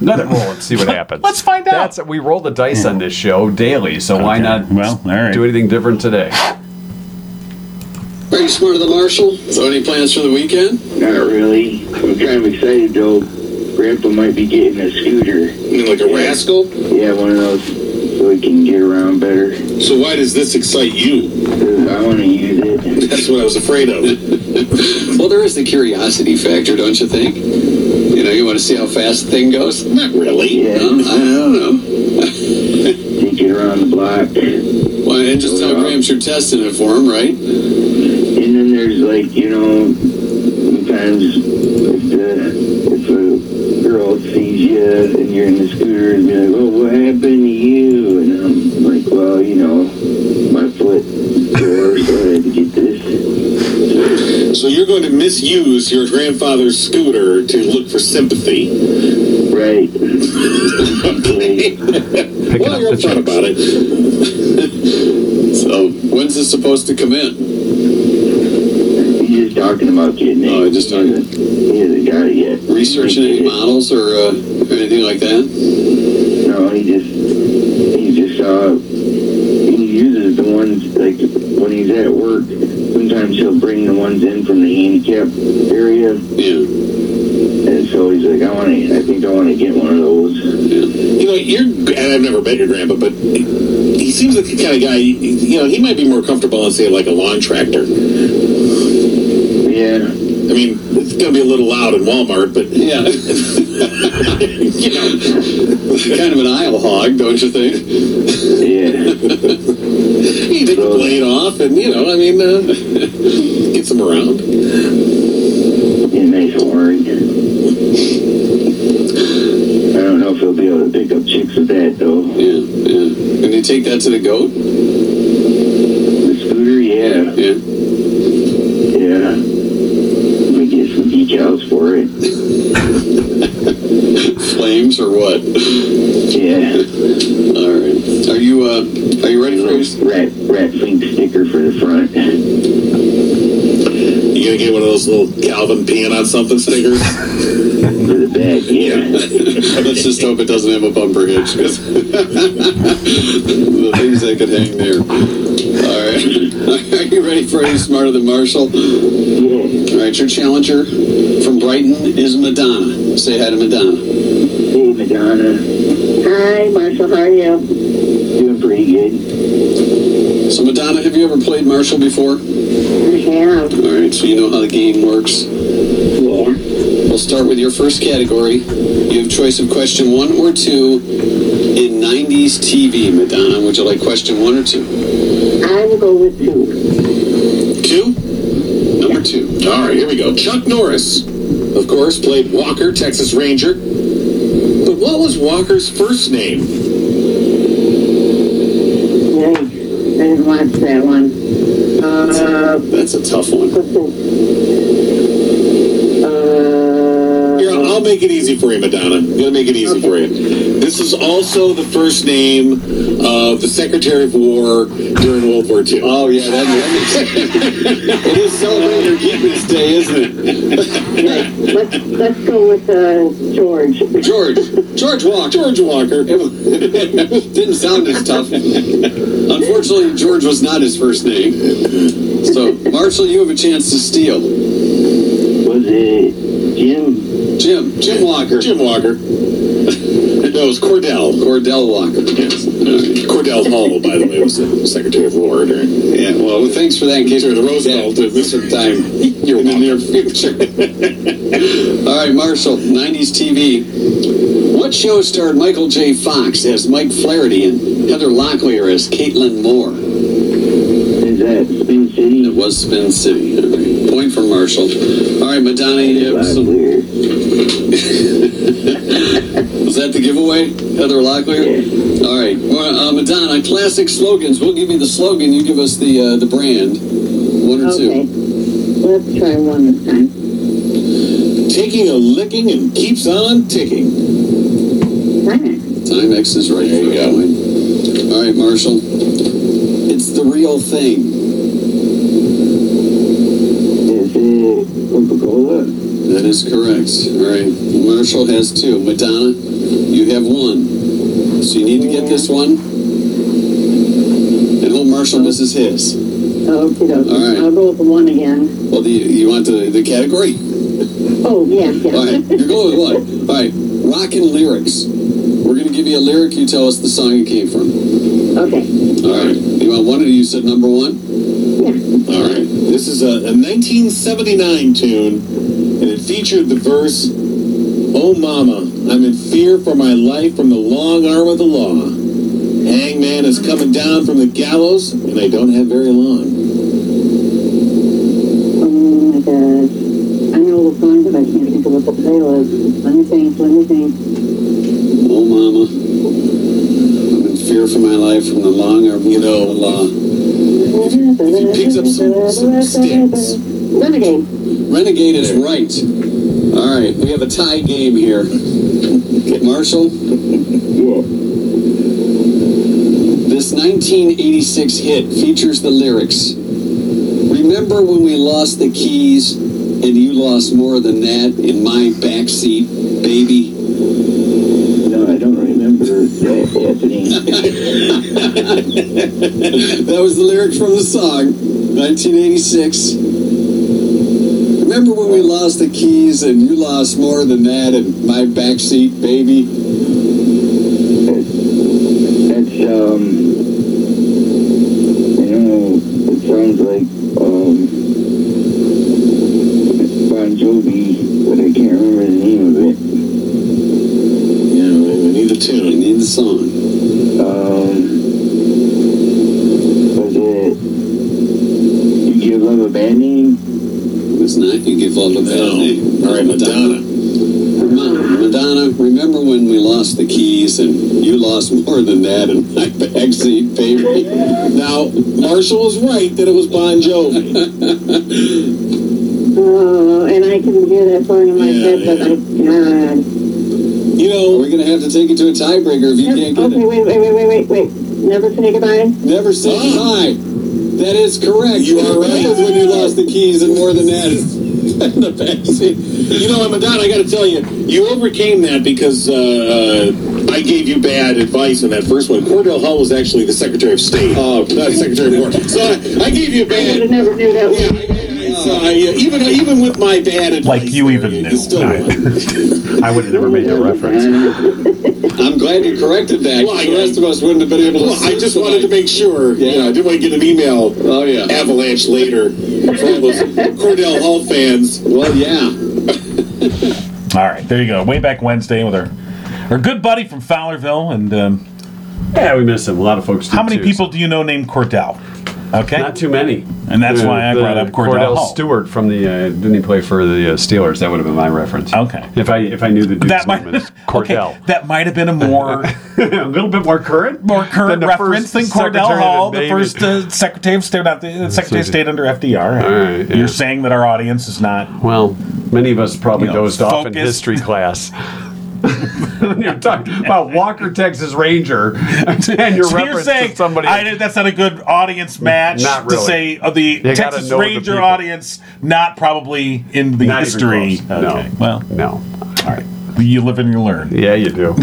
[SPEAKER 2] let it roll and see what happens.
[SPEAKER 3] Let's find out.
[SPEAKER 2] That's we roll the dice on this show daily, so why
[SPEAKER 3] Okay.
[SPEAKER 2] not
[SPEAKER 3] Well, all right.
[SPEAKER 2] do anything different today?
[SPEAKER 5] Pretty smart of the marshal. So any plans for the weekend?
[SPEAKER 6] Not really. I'm kind of excited though. Grandpa might be getting a scooter.
[SPEAKER 5] I mean, like a rascal?
[SPEAKER 6] Yeah, one of those so he can get around better.
[SPEAKER 5] So why does this excite you?
[SPEAKER 6] 'Cause I want to use it.
[SPEAKER 5] That's what I was afraid of. well, there is the curiosity factor, don't you think? You know, you want to see how fast the thing goes? Not really.
[SPEAKER 6] Yeah.
[SPEAKER 5] No, I don't know.
[SPEAKER 6] Take it around the block. And
[SPEAKER 5] Well, and just tell Gramps you're testing it for him, right?
[SPEAKER 6] then there's like, you know, sometimes if, the, if a girl sees you and you're in the scooter and be like, oh, what happened to you? And I'm like, well, you know, my foot sore, so I had to get this.
[SPEAKER 5] So you're going to misuse your grandfather's scooter to look for sympathy.
[SPEAKER 6] Right.
[SPEAKER 2] Picking
[SPEAKER 5] well,
[SPEAKER 2] up the
[SPEAKER 5] you're upfront
[SPEAKER 2] checks.
[SPEAKER 5] about it. so when's this supposed to come in?
[SPEAKER 6] He's just talking about getting it.
[SPEAKER 5] Oh, just talking-
[SPEAKER 6] He hasn't got it yet.
[SPEAKER 5] Researching any models or uh, anything like that?
[SPEAKER 6] No, he just he just uh he uses the ones like when he's at work. Sometimes he'll bring the ones in from the handicap area,
[SPEAKER 5] Yeah.
[SPEAKER 6] and so he's like, I want to. I think I want to get one of those.
[SPEAKER 5] You know, you're, and I've never met your grandpa, but he seems like the kind of guy, you know, he might be more comfortable on, say, like a lawn tractor. I
[SPEAKER 6] Yeah,
[SPEAKER 5] mean, it's going to be a little loud in Walmart, but. Yeah. you know, kind of an aisle hog, don't you think?
[SPEAKER 6] yeah,
[SPEAKER 5] He didn't blade off, and, you know, I mean, uh, gets him around.
[SPEAKER 6] a nice orange. I don't know if he'll be able to pick up chicks with that though.
[SPEAKER 5] Yeah, yeah. And you take that to the goat?
[SPEAKER 6] The scooter, yeah,
[SPEAKER 5] Yeah.
[SPEAKER 6] yeah. Let me get some decals for it.
[SPEAKER 5] claims or what?
[SPEAKER 6] Yeah.
[SPEAKER 5] All right. Are you uh, are you ready for this?
[SPEAKER 6] Little rat, rat fiend sticker for the front.
[SPEAKER 5] You gonna get one of those little Calvin peeing on something stickers?
[SPEAKER 6] For the back, yeah.
[SPEAKER 5] Let's just hope it doesn't have a bumper hitch. 'cause the things that could hang there. All right. Are you ready for any smarter than Marshall?
[SPEAKER 6] Yeah.
[SPEAKER 5] All right. Your challenger from Brighton is Madonna. Say hi to Madonna.
[SPEAKER 6] Hey, Madonna.
[SPEAKER 7] Hi, Marshall. How are you?
[SPEAKER 6] Doing pretty good.
[SPEAKER 5] So Madonna, have you ever played Marshall before?
[SPEAKER 7] I have.
[SPEAKER 5] All right. So you know how the game works.
[SPEAKER 6] Yeah.
[SPEAKER 5] We'll start with your first category. You have choice of question one or two in 90s TV. Madonna, would you like question one or two?
[SPEAKER 7] I will go with two.
[SPEAKER 5] Two? Number two. All right, here we go. Chuck Norris, of course, played Walker, Texas Ranger. But what was Walker's first name?
[SPEAKER 7] Yikes. I didn't watch that one. Uh,
[SPEAKER 5] That's a tough one.
[SPEAKER 7] what's it? Uh,
[SPEAKER 5] Here, I'll I'll make it easy for you, Madonna. I'm gonna make it easy for you. This is also the first name of the Secretary of War during World War II. Oh yeah, that, makes it is celebrating Geekness Day, isn't it?
[SPEAKER 7] let's, let's go with uh, George.
[SPEAKER 5] George, George Walker. George Walker. Didn't sound as tough. Unfortunately, George was not his first name. So, Marshall, you have a chance to steal.
[SPEAKER 6] Was it Jim?
[SPEAKER 5] Jim, Jim Walker. Jim Walker. No, it was Cordell. Cordell Walker. Yes. Cordell Hull, by the way, was the Secretary of War. Yeah, well, thanks for that. In case the Roosevelt at this time in the near future. All right, Marshall, 90s TV. What show starred Michael J. Fox as Mike Flaherty and Heather Locklear as Caitlin Moore?
[SPEAKER 6] Is that Spin
[SPEAKER 5] It
[SPEAKER 6] City?
[SPEAKER 5] was Spin City. All right, Point for Marshall. All right, Madonna, you have some,
[SPEAKER 6] Locklear.
[SPEAKER 5] was that the giveaway? Heather Locklear?
[SPEAKER 6] Yeah.
[SPEAKER 5] All right, well, uh, Madonna. Classic slogans. We'll give you the slogan. You give us the uh, the brand. One or
[SPEAKER 7] Okay. Let's try one this time.
[SPEAKER 5] two. Taking a licking and keeps on ticking.
[SPEAKER 7] Fine.
[SPEAKER 5] Time X is right. There you go. All right, Marshall. It's the real thing.
[SPEAKER 6] Is it Coca-Cola?
[SPEAKER 5] That is correct. All right, Marshall has two. Madonna, you have one. So you need to get this one. And hope Marshall misses his.
[SPEAKER 7] Okay,
[SPEAKER 5] All right.
[SPEAKER 7] I'll go with the one again.
[SPEAKER 5] Well, do you, you want the, the category?
[SPEAKER 7] Oh, yeah,
[SPEAKER 5] All
[SPEAKER 7] yeah.
[SPEAKER 5] right, you're going with what? All right, rock and lyrics. We're gonna give you a lyric. You tell us the song it came from.
[SPEAKER 7] Okay.
[SPEAKER 5] All right. You want one? Or you said number one.
[SPEAKER 7] Yeah.
[SPEAKER 5] All right. This is a, a 1979 tune, and it featured the verse, "Oh Mama, I'm in fear for my life from the long arm of the law. Hangman is coming down from the gallows, and I don't have very long."
[SPEAKER 7] Oh, my gosh. I know the song, but I can't think of what the title is. Let me think, let me think.
[SPEAKER 5] Oh Mama, I'm in fear for my life from the long arm you know, of the law.
[SPEAKER 7] If
[SPEAKER 5] he picks up some- some sticks.
[SPEAKER 7] Renegade.
[SPEAKER 5] Renegade is right. All right, we have a tie game here. Marshall,
[SPEAKER 6] Yeah.
[SPEAKER 5] this 1986 hit features the lyrics. Remember when we lost the keys and you lost more than that in my backseat, baby?
[SPEAKER 6] No, I don't remember that happening.
[SPEAKER 5] That was the lyric from the song, 1986. Remember when we lost the keys and you lost more than that in my backseat, baby?
[SPEAKER 6] That's, um, you know, it sounds like, um, Bon Jovi, but I can't remember the name of it.
[SPEAKER 5] Yeah, we need the tune. We need the song.
[SPEAKER 6] Um, was it You Give Love a Bad Name?
[SPEAKER 5] It's not you give all the bad name. All right, Madonna. Madonna. Madonna, remember when we lost the keys and you lost more than that in my backseat, baby? Now, Marshall was right that it was Bon Jovi.
[SPEAKER 7] Oh, and I can hear that song in my
[SPEAKER 5] Yeah,
[SPEAKER 7] head, but
[SPEAKER 5] yeah.
[SPEAKER 7] I, God.
[SPEAKER 5] You know, we're gonna have to take it to a tiebreaker if you can't get
[SPEAKER 7] Okay,
[SPEAKER 5] it.
[SPEAKER 7] wait, wait, wait, wait, wait, wait. Never say goodbye.
[SPEAKER 5] Never say hi. That is correct. You are right. That's when you lost the keys and more than that. And the vaccine. You know, Madonna, I got to tell you, you overcame that because uh, uh, I gave you bad advice on that first one. Cordell Hull was actually the Secretary of State. Oh, not Secretary of War. So I, I gave you
[SPEAKER 7] I
[SPEAKER 5] bad.
[SPEAKER 7] would never do that
[SPEAKER 5] Yeah,
[SPEAKER 7] one.
[SPEAKER 5] I- I- so I, uh, even even with my bad advice,
[SPEAKER 3] Like you even
[SPEAKER 5] you
[SPEAKER 3] knew.
[SPEAKER 5] still won.
[SPEAKER 3] I would have never made that reference.
[SPEAKER 5] I'm glad you corrected that. the rest of us wouldn't have been able to. I just wanted to make sure. Yeah, I didn't want to get an email. Oh yeah, avalanche later for all those Cordell Hall fans. Well, yeah.
[SPEAKER 3] All right, there you go. Way back Wednesday with our our good buddy from Fowlerville. And um,
[SPEAKER 2] Yeah, we missed him. A lot of folks. Did
[SPEAKER 3] how many
[SPEAKER 2] too.
[SPEAKER 3] people do you know named Cordell? Okay,
[SPEAKER 2] Not too many.
[SPEAKER 3] And that's why I brought up Cordell Hull.
[SPEAKER 2] Stewart from the uh, didn't he play for the uh, Steelers? That would have been my reference.
[SPEAKER 3] Okay.
[SPEAKER 2] If I if I knew the dude's
[SPEAKER 3] that might
[SPEAKER 2] name is
[SPEAKER 3] okay,
[SPEAKER 2] Cordell.
[SPEAKER 3] that might have been a more
[SPEAKER 2] a little bit more current,
[SPEAKER 3] more current
[SPEAKER 2] the first
[SPEAKER 3] reference than Cordell
[SPEAKER 2] Secretary
[SPEAKER 3] Hall,
[SPEAKER 2] that
[SPEAKER 3] the
[SPEAKER 2] made
[SPEAKER 3] first
[SPEAKER 2] it.
[SPEAKER 3] uh, Secretary of State, not the, uh, Secretary of
[SPEAKER 2] it.
[SPEAKER 3] State under FDR.
[SPEAKER 2] All right, yeah.
[SPEAKER 3] You're saying that our audience is not
[SPEAKER 2] Well, many of us probably
[SPEAKER 3] You know,
[SPEAKER 2] dozed off in
[SPEAKER 3] focused.
[SPEAKER 2] history class. when you're talking about Walker, Texas Ranger, and your
[SPEAKER 3] So you're
[SPEAKER 2] reference
[SPEAKER 3] saying
[SPEAKER 2] to somebody.
[SPEAKER 3] I, did- that's not a good audience match
[SPEAKER 2] Not
[SPEAKER 3] to
[SPEAKER 2] really.
[SPEAKER 3] say uh, the
[SPEAKER 2] gotta
[SPEAKER 3] Texas
[SPEAKER 2] know the
[SPEAKER 3] Ranger
[SPEAKER 2] people.
[SPEAKER 3] audience not probably in the
[SPEAKER 2] Not even
[SPEAKER 3] history.
[SPEAKER 2] close. No.
[SPEAKER 3] Well,
[SPEAKER 2] no.
[SPEAKER 3] all right. You live and you learn.
[SPEAKER 2] Yeah, you do.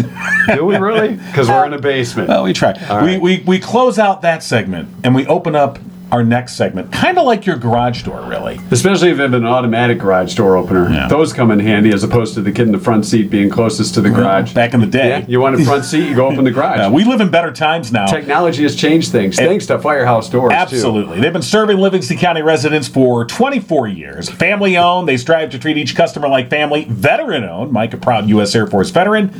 [SPEAKER 2] do we really? Because we're in a basement.
[SPEAKER 3] Well, we try. We,
[SPEAKER 2] right.
[SPEAKER 3] we we close out that segment and we open up our next segment, kind of like your garage door, really.
[SPEAKER 2] Especially if you have an automatic garage door opener.
[SPEAKER 3] Yeah.
[SPEAKER 2] Those come in handy as opposed to the kid in the front seat being closest to the garage.
[SPEAKER 3] Back in the day,
[SPEAKER 2] Yeah, you want a front seat, you go up in the garage.
[SPEAKER 3] Uh, we live in better times now.
[SPEAKER 2] Technology has changed things. Thanks to firehouse doors. too.
[SPEAKER 3] Absolutely. They've been serving Livingston County residents for 24 years. Family owned, they strive to treat each customer like family. Veteran owned, Mike, a proud U.S. Air Force veteran.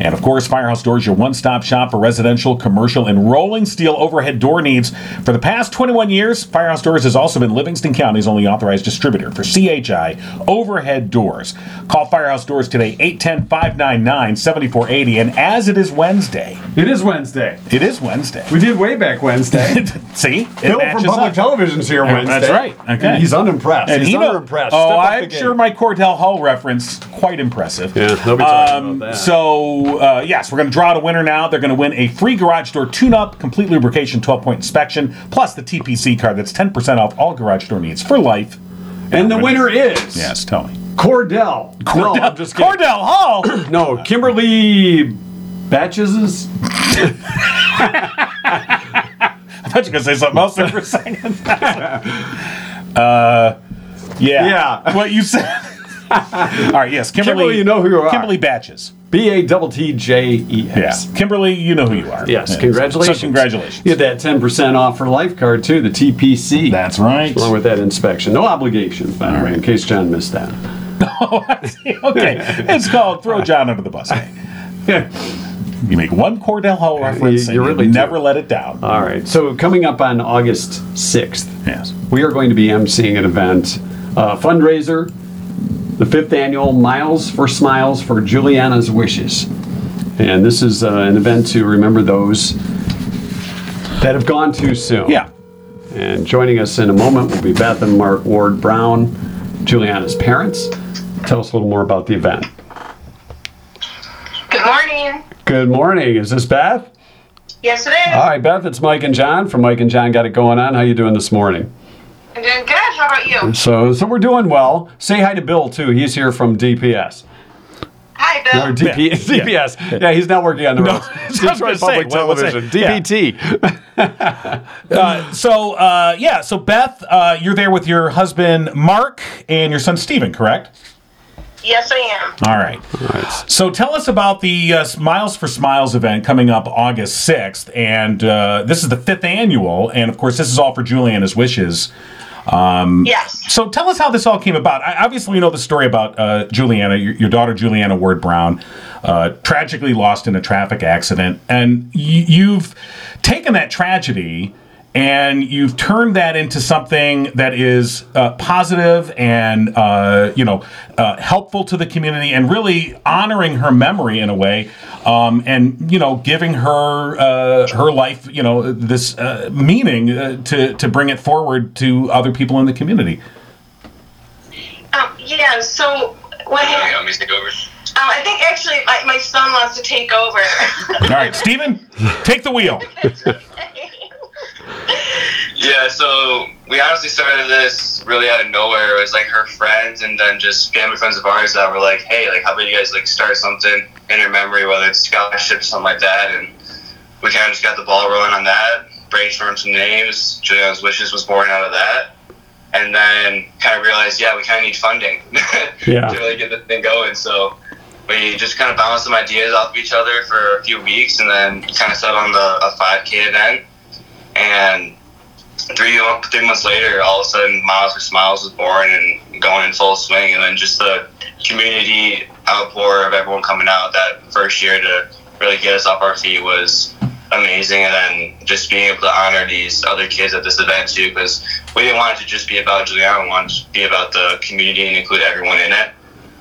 [SPEAKER 3] And of course, Firehouse Doors, your one stop shop for residential, commercial, and rolling steel overhead door needs. For the past 21 years, Firehouse Doors has also been Livingston County's only authorized distributor for CHI overhead doors. Call Firehouse Doors today, 810 599 7480. And as it is Wednesday,
[SPEAKER 2] It is Wednesday.
[SPEAKER 3] it is Wednesday.
[SPEAKER 2] We did way back Wednesday.
[SPEAKER 3] See? It
[SPEAKER 2] Bill from
[SPEAKER 3] matches
[SPEAKER 2] Public
[SPEAKER 3] up.
[SPEAKER 2] Television's here Wednesday.
[SPEAKER 3] that's right. Okay.
[SPEAKER 2] And he's unimpressed.
[SPEAKER 3] And
[SPEAKER 2] he's
[SPEAKER 3] he knows.
[SPEAKER 2] unimpressed.
[SPEAKER 3] Oh,
[SPEAKER 2] Step up
[SPEAKER 3] I'm
[SPEAKER 2] the game.
[SPEAKER 3] sure my Cordell Hall reference quite impressive.
[SPEAKER 2] Yeah, they'll be talking
[SPEAKER 3] Um,
[SPEAKER 2] about that.
[SPEAKER 3] So uh, yes, we're going to draw out a winner now. They're going to win a free garage door tune-up, complete lubrication, 12-point inspection, plus the TPC card. That's 10% off all garage door needs for life.
[SPEAKER 2] and the winner is
[SPEAKER 3] Yes, Tony.
[SPEAKER 2] Cordell. No, I'm just kidding.
[SPEAKER 3] Cordell Hall.
[SPEAKER 2] No, Kimberly Batches.
[SPEAKER 3] I thought you were going to say something else there for a second. uh, yeah.
[SPEAKER 2] Yeah.
[SPEAKER 3] What you said. all right. Yes, Kimberly.
[SPEAKER 2] Kimberly, you know who you are.
[SPEAKER 3] Kimberly Batches.
[SPEAKER 2] B A T T J E
[SPEAKER 3] Yeah.
[SPEAKER 2] S.
[SPEAKER 3] Kimberly, you know who you are.
[SPEAKER 2] Yes,
[SPEAKER 3] Yeah.
[SPEAKER 2] congratulations.
[SPEAKER 3] So congratulations.
[SPEAKER 2] You get that 10% off for life card too, the TPC.
[SPEAKER 3] That's right.
[SPEAKER 2] Along with that inspection. No obligation, by the way, in case John missed that.
[SPEAKER 3] okay, it's called throw John under the bus. you make one Cordell Hull
[SPEAKER 2] You-
[SPEAKER 3] reference, and
[SPEAKER 2] you
[SPEAKER 3] you
[SPEAKER 2] really do. Uh.
[SPEAKER 3] never let it down.
[SPEAKER 2] All right. So, coming up on August 6th,
[SPEAKER 3] yes.
[SPEAKER 2] we are going to be emceeing an event, uh, fundraiser, the fifth annual Miles for Smiles for Juliana's Wishes. And this is uh, an event to remember those that have gone too soon.
[SPEAKER 3] Yeah.
[SPEAKER 2] And joining us in a moment will be Beth and Mark Ward Brown, Juliana's parents. Tell us a little more about the event.
[SPEAKER 8] Good morning.
[SPEAKER 2] Good morning. Is this Beth?
[SPEAKER 8] Yes, it is.
[SPEAKER 2] All right, Beth. It's Mike and John from Mike and John. Got it going on. How you doing this morning?
[SPEAKER 8] I'm doing good. How about you?
[SPEAKER 2] So, so we're doing well. Say hi to Bill too. He's here from DPS.
[SPEAKER 8] Hi,
[SPEAKER 2] Or
[SPEAKER 8] Bill.
[SPEAKER 2] DP,
[SPEAKER 3] Yeah.
[SPEAKER 2] DPS. Yeah. he's not working on the roads.
[SPEAKER 3] I was gonna
[SPEAKER 2] Detroit
[SPEAKER 3] say,
[SPEAKER 2] Public
[SPEAKER 3] what was it?
[SPEAKER 2] Television.
[SPEAKER 3] Yeah.
[SPEAKER 2] DPT.
[SPEAKER 3] Uh, so uh, yeah, so Beth, uh, you're there with your husband Mark and your son Steven, correct?
[SPEAKER 8] Yes, I am.
[SPEAKER 3] All right. So tell us about the uh, Smiles for Smiles event coming up August 6th. And uh, this is the fifth annual. And of course, this is all for Juliana's wishes.
[SPEAKER 8] Yes.
[SPEAKER 3] So tell us how this all came about. I, obviously, we know the story about uh, Juliana, your, your daughter Juliana Ward Brown, uh, tragically lost in a traffic accident, and y- you've taken that tragedy and you've turned that into something that is uh, positive and uh, you know uh, helpful to the community, and really honoring her memory in a way, um, and you know giving her uh, her life, you know this uh, meaning uh, to to bring it forward to other people in the community.
[SPEAKER 8] Um, yeah. So what?
[SPEAKER 9] You want me to take over?
[SPEAKER 8] Um, I think actually my, my son wants to take over.
[SPEAKER 3] All right, Steven, take the wheel.
[SPEAKER 9] Yeah, so we honestly started this really out of nowhere. It was like her friends and then just family friends of ours that were like, "Hey, like, how about you guys like start something in your memory, whether it's scholarship, something like that?" And we kind of just got the ball rolling on that. Brainstormed some names. Julian's wishes was born out of that, and then kind of realized, yeah, we kind of need funding
[SPEAKER 2] Yeah.
[SPEAKER 9] to really get the thing going. So we just kind of bounced some ideas off of each other for a few weeks, and then kind of settled on the a 5K event. And three three months later, all of a sudden, Miles with Smiles was born and going in full swing, and then just the community outpour of everyone coming out that first year to really get us off our feet was amazing, and then just being able to honor these other kids at this event too, because we didn't want it to just be about Juliana, we wanted it to be about the community and include everyone in it,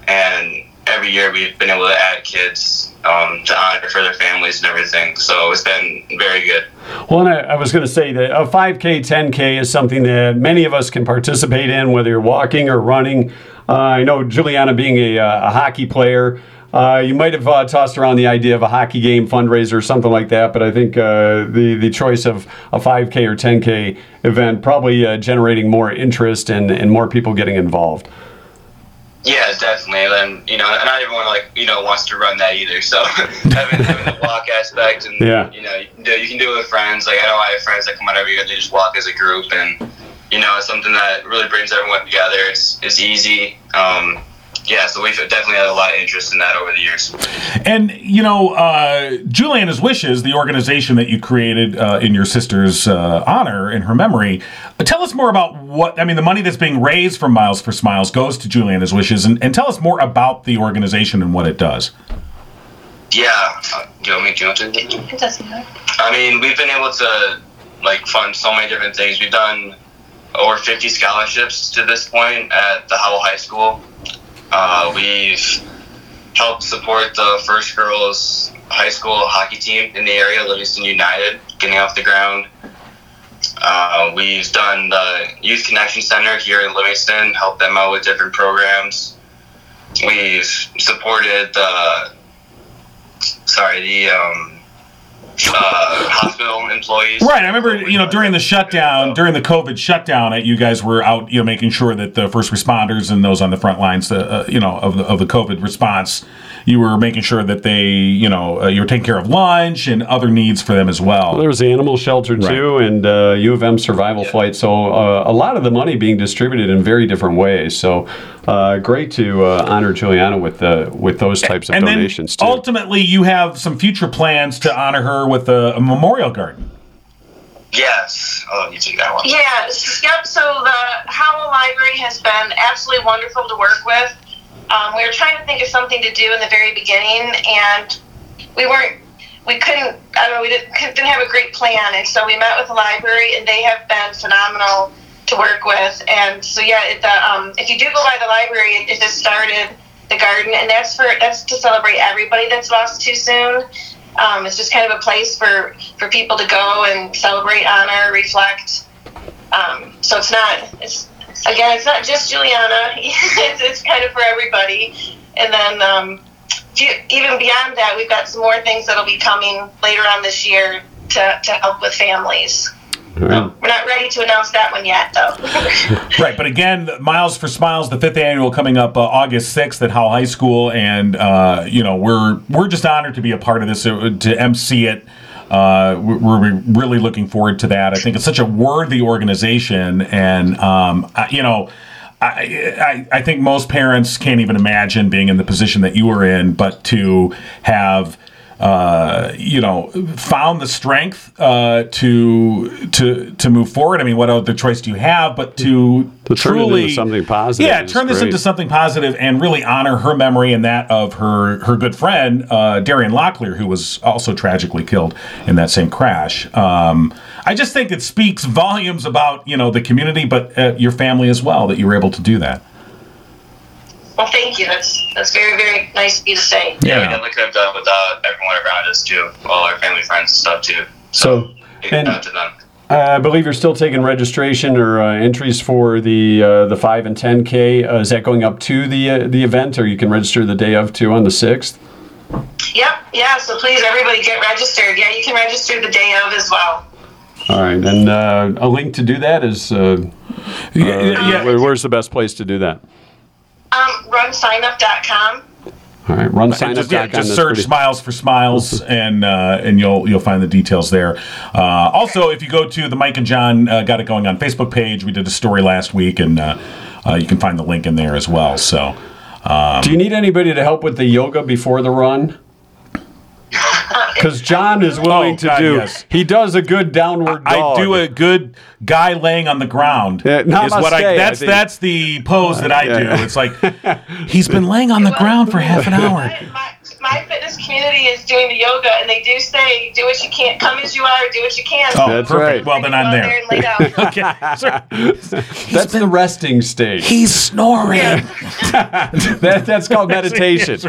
[SPEAKER 9] and every year we've been able to add kids um, to honor for their families and everything, so it's been very good.
[SPEAKER 2] Well, and I, I was going to say that a 5K, 10K is something that many of us can participate in, whether you're walking or running. Uh, I know Juliana, being a, uh, a hockey player, uh, you might have uh, tossed around the idea of a hockey game fundraiser or something like that, but I think uh, the the choice of a 5K or 10K event probably uh, generating more interest and, and more people getting involved.
[SPEAKER 9] Yeah, definitely. And you know, not everyone like you know wants to run that either. So having, having the walk aspect, and
[SPEAKER 2] Yeah.
[SPEAKER 9] you know, you can, do, you can do it with friends. Like I know I have friends that come out every year. They just walk as a group, and you know, it's something that really brings everyone together. It's it's easy. Um, yeah, so we've definitely had a lot of interest in that over the years.
[SPEAKER 3] And you know, uh, Juliana's Wishes, the organization that you created uh, in your sister's uh, honor in her memory. Tell us more about what I mean. The money that's being raised from Miles for Smiles goes to Juliana's Wishes, and, and tell us more about the organization and what it does.
[SPEAKER 9] Yeah, uh, do you want me to jump in?
[SPEAKER 8] It doesn't matter.
[SPEAKER 9] I mean, we've been able to like fund so many different things. We've done over 50 scholarships to this point at the Howell High School. Uh, we've helped support the first girls high school hockey team in the area, Livingston United, getting off the ground. Uh, we've done the Youth Connection Center here in Livingston, helped them out with different programs. We've supported the sorry the um, uh, hospital employees.
[SPEAKER 3] Right. I remember, you know, during the shutdown, during the COVID shutdown, that you guys were out, you know, making sure that the first responders and those on the front lines, uh, uh, you know, of the, of the COVID response, you were making sure that they, you know, uh, you were taking care of lunch and other needs for them as well.
[SPEAKER 2] Well, there was the animal shelter too, and uh, U of M survival flight. So uh, a lot of the money being distributed in very different ways. So uh, great to uh, honor Juliana with the with those types of
[SPEAKER 3] and then
[SPEAKER 2] donations too.
[SPEAKER 3] ultimately, you have some future plans to honor her with a, a memorial garden.
[SPEAKER 9] Yes. Oh, you take that one.
[SPEAKER 8] Yeah, s- yep. So the Howell Library has been absolutely wonderful to work with. Um, we were trying to think of something to do in the very beginning, and we weren't, we couldn't, I don't know, we didn't, couldn't- didn't have a great plan. And so we met with the library, and they have been phenomenal to work with. And so, yeah, it, the, um, if you do go by the library, it, it just started the garden, and that's for, that's to celebrate everybody that's lost too soon. Um, it's just kind of a place for, for people to go and celebrate, honor, reflect. Um, so it's not, it's, again, it's not just Juliana. it's, it's kind of for everybody. And then um, if you, even beyond that, we've got some more things that'll be coming later on this year to, to help with families.
[SPEAKER 2] All right.
[SPEAKER 8] We're not ready to announce that one yet, though.
[SPEAKER 3] Right, but again, Miles for Smiles, the fifth annual coming up uh, August sixth at Howell High School, and uh, you know we're we're just honored to be a part of this uh, to MC it. Uh, we're, we're really looking forward to that. I think it's such a worthy organization, and um, I, you know. I, I, I think most parents can't even imagine being in the position that you were in, but to have uh, you know found the strength uh, to to to move forward. I mean, what other choice do you have but to,
[SPEAKER 2] To turn it into
[SPEAKER 3] truly
[SPEAKER 2] something positive
[SPEAKER 3] Yeah,
[SPEAKER 2] is
[SPEAKER 3] turn this
[SPEAKER 2] great.
[SPEAKER 3] into something positive and really honor her memory and that of her her good friend uh, Darian Locklear, who was also tragically killed in that same crash. Um, I just think it speaks volumes about you know the community, but uh, your family as well that you were able to do that.
[SPEAKER 8] well, thank you. That's, that's very, very nice of you to say.
[SPEAKER 9] Yeah, we definitely could have done without everyone around us too, all our family, friends, and stuff too.
[SPEAKER 2] so
[SPEAKER 9] Big
[SPEAKER 2] and
[SPEAKER 9] shout out to them.
[SPEAKER 2] I believe you're still taking registration or uh, entries for the uh, the five and ten k. Uh, is that going up to the uh, the event, or you can register the day of too on the sixth?
[SPEAKER 8] Yep, yeah, so please, everybody get registered. Yeah, you can register the day of as well.
[SPEAKER 2] All right, and uh, a link to do that is. Uh, uh, where- Where's the best place to do that?
[SPEAKER 8] Um, runsignup.com.
[SPEAKER 2] All right, run sign
[SPEAKER 3] And
[SPEAKER 2] up.
[SPEAKER 3] just, yeah, just search "smiles for smiles" and uh, and you'll you'll find the details there. Uh, also, if you go to the Mike and John uh, got it going on Facebook page, we did a story last week, and uh, uh, you can find the link in there as well. So
[SPEAKER 2] Do you need anybody to help with the yoga before the run? Because John is willing
[SPEAKER 3] Oh,
[SPEAKER 2] to
[SPEAKER 3] God,
[SPEAKER 2] do.
[SPEAKER 3] yes.
[SPEAKER 2] He does a good downward dog.
[SPEAKER 3] I do a good guy laying on the ground.
[SPEAKER 2] Yeah,
[SPEAKER 3] is
[SPEAKER 2] namaste,
[SPEAKER 3] what
[SPEAKER 2] I
[SPEAKER 3] I that's
[SPEAKER 2] think.
[SPEAKER 3] that's the pose that I
[SPEAKER 2] Yeah,
[SPEAKER 3] do.
[SPEAKER 2] yeah.
[SPEAKER 3] It's like he's been laying on the ground for half an hour.
[SPEAKER 8] My, my, my fitness community is doing the yoga, and they do say, do what you can, come as you are, do what you can.
[SPEAKER 3] Oh,
[SPEAKER 2] That's right.
[SPEAKER 3] perfect. Well, then
[SPEAKER 8] Go
[SPEAKER 3] I'm
[SPEAKER 8] out
[SPEAKER 3] there.
[SPEAKER 8] and lay down.
[SPEAKER 3] Okay, sir.
[SPEAKER 2] That's the resting stage.
[SPEAKER 3] He's snoring.
[SPEAKER 2] that, that's called meditation.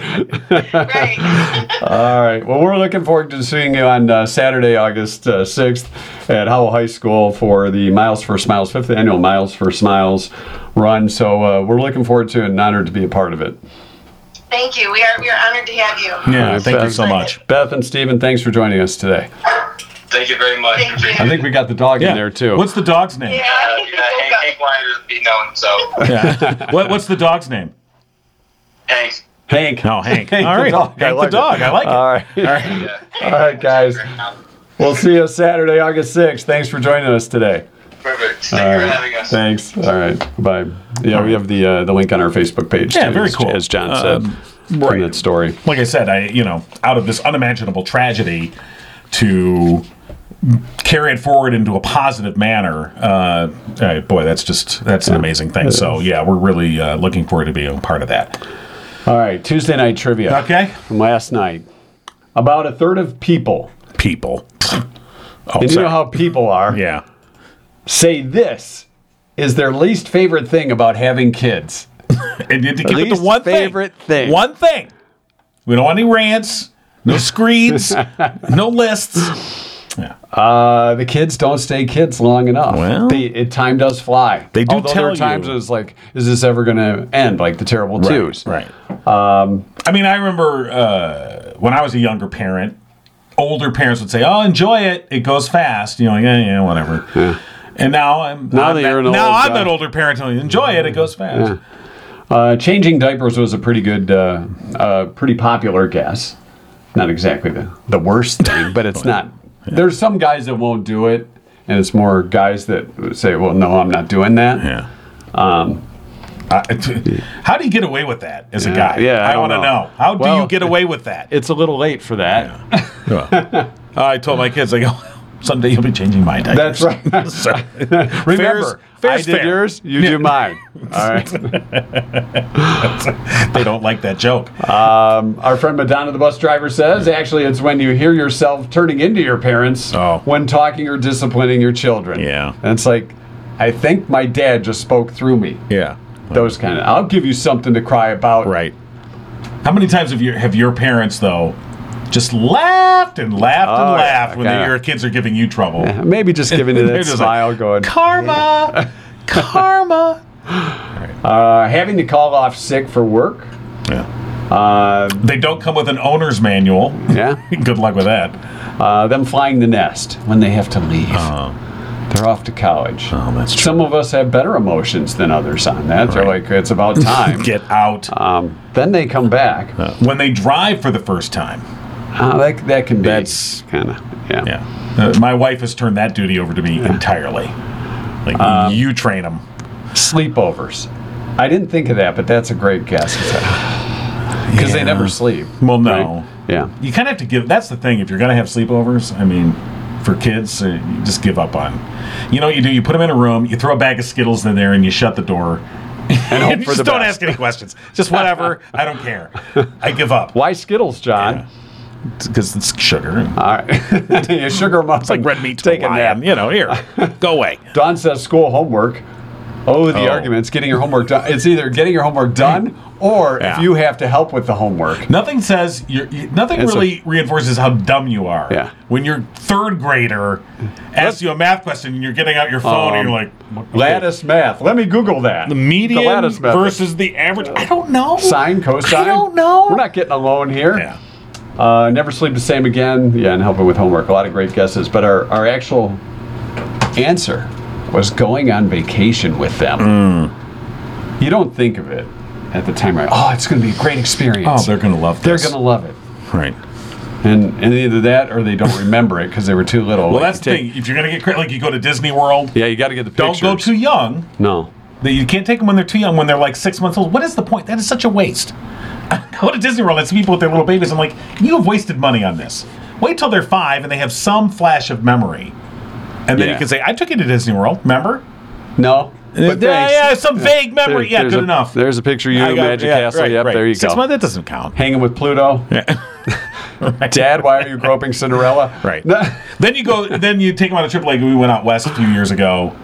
[SPEAKER 8] right.
[SPEAKER 2] All right. Well, we're looking forward to seeing you on uh, Saturday, August uh, 6th at Howell High School for the Miles for Smiles, fifth annual Miles for Smiles run. So uh, we're looking forward to it and honored to be a part of it.
[SPEAKER 8] Thank you. We are we are honored to have you.
[SPEAKER 3] Yeah, thank you so
[SPEAKER 8] Right.
[SPEAKER 3] much.
[SPEAKER 2] Beth and Stephen, thanks for joining us today.
[SPEAKER 9] Thank you very much.
[SPEAKER 8] Thank you.
[SPEAKER 9] Appreciate
[SPEAKER 2] I
[SPEAKER 9] it.
[SPEAKER 2] think we got the dog in there, too.
[SPEAKER 3] What's the dog's name?
[SPEAKER 8] Yeah,
[SPEAKER 9] Uh,
[SPEAKER 8] I
[SPEAKER 9] yeah,
[SPEAKER 8] think it's
[SPEAKER 9] Hank, Hank wanted to be known, so
[SPEAKER 3] Yeah. what, what's the dog's name?
[SPEAKER 9] Hank.
[SPEAKER 2] Hank.
[SPEAKER 3] No, Hank.
[SPEAKER 2] Hank
[SPEAKER 3] All
[SPEAKER 2] the
[SPEAKER 3] right.
[SPEAKER 2] dog. I
[SPEAKER 3] Hank
[SPEAKER 2] like it.
[SPEAKER 3] the dog. I like it.
[SPEAKER 2] All right. All right.
[SPEAKER 9] Yeah.
[SPEAKER 2] All right, guys. We'll see you Saturday, August 6th. Thanks for joining us today.
[SPEAKER 9] Perfect. Thank you for having us.
[SPEAKER 2] Thanks. All right. Bye. Yeah, we have the uh, the link on our Facebook page.
[SPEAKER 3] Yeah,
[SPEAKER 2] too,
[SPEAKER 3] very
[SPEAKER 2] as-
[SPEAKER 3] cool.
[SPEAKER 2] As John
[SPEAKER 3] Um,
[SPEAKER 2] said, right. that story.
[SPEAKER 3] Like I said, I you know, out of this unimaginable tragedy, to carry it forward into a positive manner. Uh, uh, boy, that's just that's an amazing thing. So yeah, we're really uh, looking forward to being a part of that.
[SPEAKER 2] All right, Tuesday night trivia
[SPEAKER 3] Okay,
[SPEAKER 2] from last night. About a third of people,
[SPEAKER 3] people. Oh,
[SPEAKER 2] and you
[SPEAKER 3] sorry.
[SPEAKER 2] know how people are,
[SPEAKER 3] yeah.
[SPEAKER 2] say this is their least favorite thing about having kids.
[SPEAKER 3] And you have to keep it to
[SPEAKER 2] Least
[SPEAKER 3] one
[SPEAKER 2] favorite thing.
[SPEAKER 3] One thing. We don't want any rants, no screeds, no lists.
[SPEAKER 2] Uh, the kids don't stay kids long enough.
[SPEAKER 3] Well-
[SPEAKER 2] they, it, time does fly.
[SPEAKER 3] They do
[SPEAKER 2] Although
[SPEAKER 3] tell
[SPEAKER 2] there are times
[SPEAKER 3] you.
[SPEAKER 2] it's like, is this ever going to end? Like the terrible twos.
[SPEAKER 3] Right. Um, I mean, I remember uh, when I was a younger parent, older parents would say, "Oh, enjoy it. It goes fast." You know, yeah, yeah, whatever. And now I'm
[SPEAKER 2] Now
[SPEAKER 3] I'm
[SPEAKER 2] that
[SPEAKER 3] that-
[SPEAKER 2] you're an
[SPEAKER 3] now
[SPEAKER 2] old
[SPEAKER 3] I'm
[SPEAKER 2] guy.
[SPEAKER 3] that older parent telling you, "Enjoy it. It goes fast."
[SPEAKER 2] Uh, changing diapers was a pretty good, uh, uh, pretty popular guess. Not exactly the, the worst thing, but it's not. There's some guys that won't do it, and it's more guys that say, well, no, I'm not doing that.
[SPEAKER 3] Yeah. Um, how do you get away with that as a guy?
[SPEAKER 2] yeah, I
[SPEAKER 3] I,
[SPEAKER 2] don't
[SPEAKER 3] want to
[SPEAKER 2] know.
[SPEAKER 3] know. How do
[SPEAKER 2] Well-
[SPEAKER 3] you get away with that?
[SPEAKER 2] It's a little late for that.
[SPEAKER 3] Well, I told my kids, I go, someday you'll be changing my diapers.
[SPEAKER 2] That's right.
[SPEAKER 3] So,
[SPEAKER 2] Remember, I
[SPEAKER 3] fair's
[SPEAKER 2] did
[SPEAKER 3] fair.
[SPEAKER 2] yours, you do mine. All right.
[SPEAKER 3] they don't like that joke.
[SPEAKER 2] Our friend Madonna, the bus driver, says actually, it's when you hear yourself turning into your parents
[SPEAKER 3] Oh.
[SPEAKER 2] when talking or disciplining your children.
[SPEAKER 3] Yeah.
[SPEAKER 2] And it's like, I think my dad just spoke through me.
[SPEAKER 3] yeah.
[SPEAKER 2] Those kind of, I'll give you something to cry about.
[SPEAKER 3] Right. How many times have your have your parents though just laughed and laughed
[SPEAKER 2] Oh,
[SPEAKER 3] and
[SPEAKER 2] yeah,
[SPEAKER 3] laughed when
[SPEAKER 2] kinda.
[SPEAKER 3] your kids are giving you trouble?
[SPEAKER 2] Uh, Maybe just giving it
[SPEAKER 3] They're
[SPEAKER 2] that
[SPEAKER 3] just
[SPEAKER 2] smile
[SPEAKER 3] like,
[SPEAKER 2] going,
[SPEAKER 3] Karma, karma.
[SPEAKER 2] uh, having to call off sick for work.
[SPEAKER 3] Yeah.
[SPEAKER 2] Uh,
[SPEAKER 3] They don't come with an owner's manual.
[SPEAKER 2] yeah.
[SPEAKER 3] Good luck with that.
[SPEAKER 2] Uh, them flying the nest when they have to leave.
[SPEAKER 3] Uh-huh.
[SPEAKER 2] They're off to college.
[SPEAKER 3] Oh, that's true.
[SPEAKER 2] Some of us have better emotions than others on that. They're like, it's about time.
[SPEAKER 3] Get out.
[SPEAKER 2] Um, then they come
[SPEAKER 3] Uh-huh.
[SPEAKER 2] back.
[SPEAKER 3] when they drive for the first time.
[SPEAKER 2] Uh, that, that can be.
[SPEAKER 3] That's-
[SPEAKER 2] kind of yeah.
[SPEAKER 3] Yeah. Uh, my wife has turned that duty over to me entirely. Like,
[SPEAKER 2] Um,
[SPEAKER 3] you train them.
[SPEAKER 2] Sleepovers. I didn't think of that, but that's a great guess because they never sleep.
[SPEAKER 3] Well, no.
[SPEAKER 2] Yeah.
[SPEAKER 3] You kind of have to give. That's the thing. If you're going to have sleepovers, I mean, for kids, uh, you just give up on. You know what you do? You put them in a room, you throw a bag of Skittles in there, and you shut the door. And
[SPEAKER 2] hope
[SPEAKER 3] you
[SPEAKER 2] for
[SPEAKER 3] just
[SPEAKER 2] the
[SPEAKER 3] don't
[SPEAKER 2] best.
[SPEAKER 3] ask any questions. Just whatever. I don't care. I give up.
[SPEAKER 2] Why Uh, Skittles, John?
[SPEAKER 3] Because it's sugar. and
[SPEAKER 2] All right. you sugar muffin.
[SPEAKER 3] It's like red meat to
[SPEAKER 2] Take a
[SPEAKER 3] a lion.
[SPEAKER 2] nap.
[SPEAKER 3] You know, here, go away.
[SPEAKER 2] Don says school homework. Oh, the
[SPEAKER 3] Oh.
[SPEAKER 2] arguments getting your homework done. It's either getting your homework done or
[SPEAKER 3] Yeah.
[SPEAKER 2] if you have to help with the homework.
[SPEAKER 3] Nothing says you're, you, nothing
[SPEAKER 2] It's a-
[SPEAKER 3] really reinforces how dumb you are.
[SPEAKER 2] Yeah. Mm.
[SPEAKER 3] When your third grader asks you a math question and you're getting out your phone and
[SPEAKER 2] Um,
[SPEAKER 3] you're like, what-
[SPEAKER 2] Lattice math. Let me Google that.
[SPEAKER 3] the median
[SPEAKER 2] lattice method.
[SPEAKER 3] versus the average. I don't know.
[SPEAKER 2] Sine, cosine.
[SPEAKER 3] I don't know.
[SPEAKER 2] We're not getting alone here.
[SPEAKER 3] Yeah.
[SPEAKER 2] Uh, never sleep the same again. Yeah, and helping with homework. A lot of great guesses. But our, our actual answer was going on vacation with them.
[SPEAKER 3] Hmm.
[SPEAKER 2] You don't think of it at the time, right? Oh, it's going to be a great experience.
[SPEAKER 3] Oh, they're gonna love
[SPEAKER 2] They're
[SPEAKER 3] this.
[SPEAKER 2] going to love it.
[SPEAKER 3] Right.
[SPEAKER 2] And, and either that or they don't remember it because they were too little.
[SPEAKER 3] Well,
[SPEAKER 2] Like,
[SPEAKER 3] that's the
[SPEAKER 2] take-
[SPEAKER 3] thing. If you're gonna get cra- like you go to Disney World,
[SPEAKER 2] Yeah, you got to get the
[SPEAKER 3] don't
[SPEAKER 2] pictures.
[SPEAKER 3] go too young.
[SPEAKER 2] No.
[SPEAKER 3] That you can't take them when they're too young. When they're like six months old, what is the point? That is such a waste. go to Disney World. That's people with their little babies. I'm like, you have wasted money on this. Wait till they're five and they have some flash of memory, and then
[SPEAKER 2] Yeah.
[SPEAKER 3] you can say, "I took you to Disney World. Remember?
[SPEAKER 2] No. But
[SPEAKER 3] yeah,
[SPEAKER 2] thanks.
[SPEAKER 3] Uh, yeah, some vague memory.
[SPEAKER 2] There-
[SPEAKER 3] yeah,
[SPEAKER 2] there's
[SPEAKER 3] good
[SPEAKER 2] a-
[SPEAKER 3] enough.
[SPEAKER 2] There's a picture of you,
[SPEAKER 3] I got-
[SPEAKER 2] Magic
[SPEAKER 3] yeah,
[SPEAKER 2] Castle.
[SPEAKER 3] right,
[SPEAKER 2] yep,
[SPEAKER 3] right.
[SPEAKER 2] there you
[SPEAKER 3] Six
[SPEAKER 2] go.
[SPEAKER 3] months. That doesn't count.
[SPEAKER 2] Hanging with Pluto. Dad, why are you groping Cinderella?
[SPEAKER 3] Right.
[SPEAKER 2] No.
[SPEAKER 3] then you go. Then you take them on a trip like we went out west a few years ago.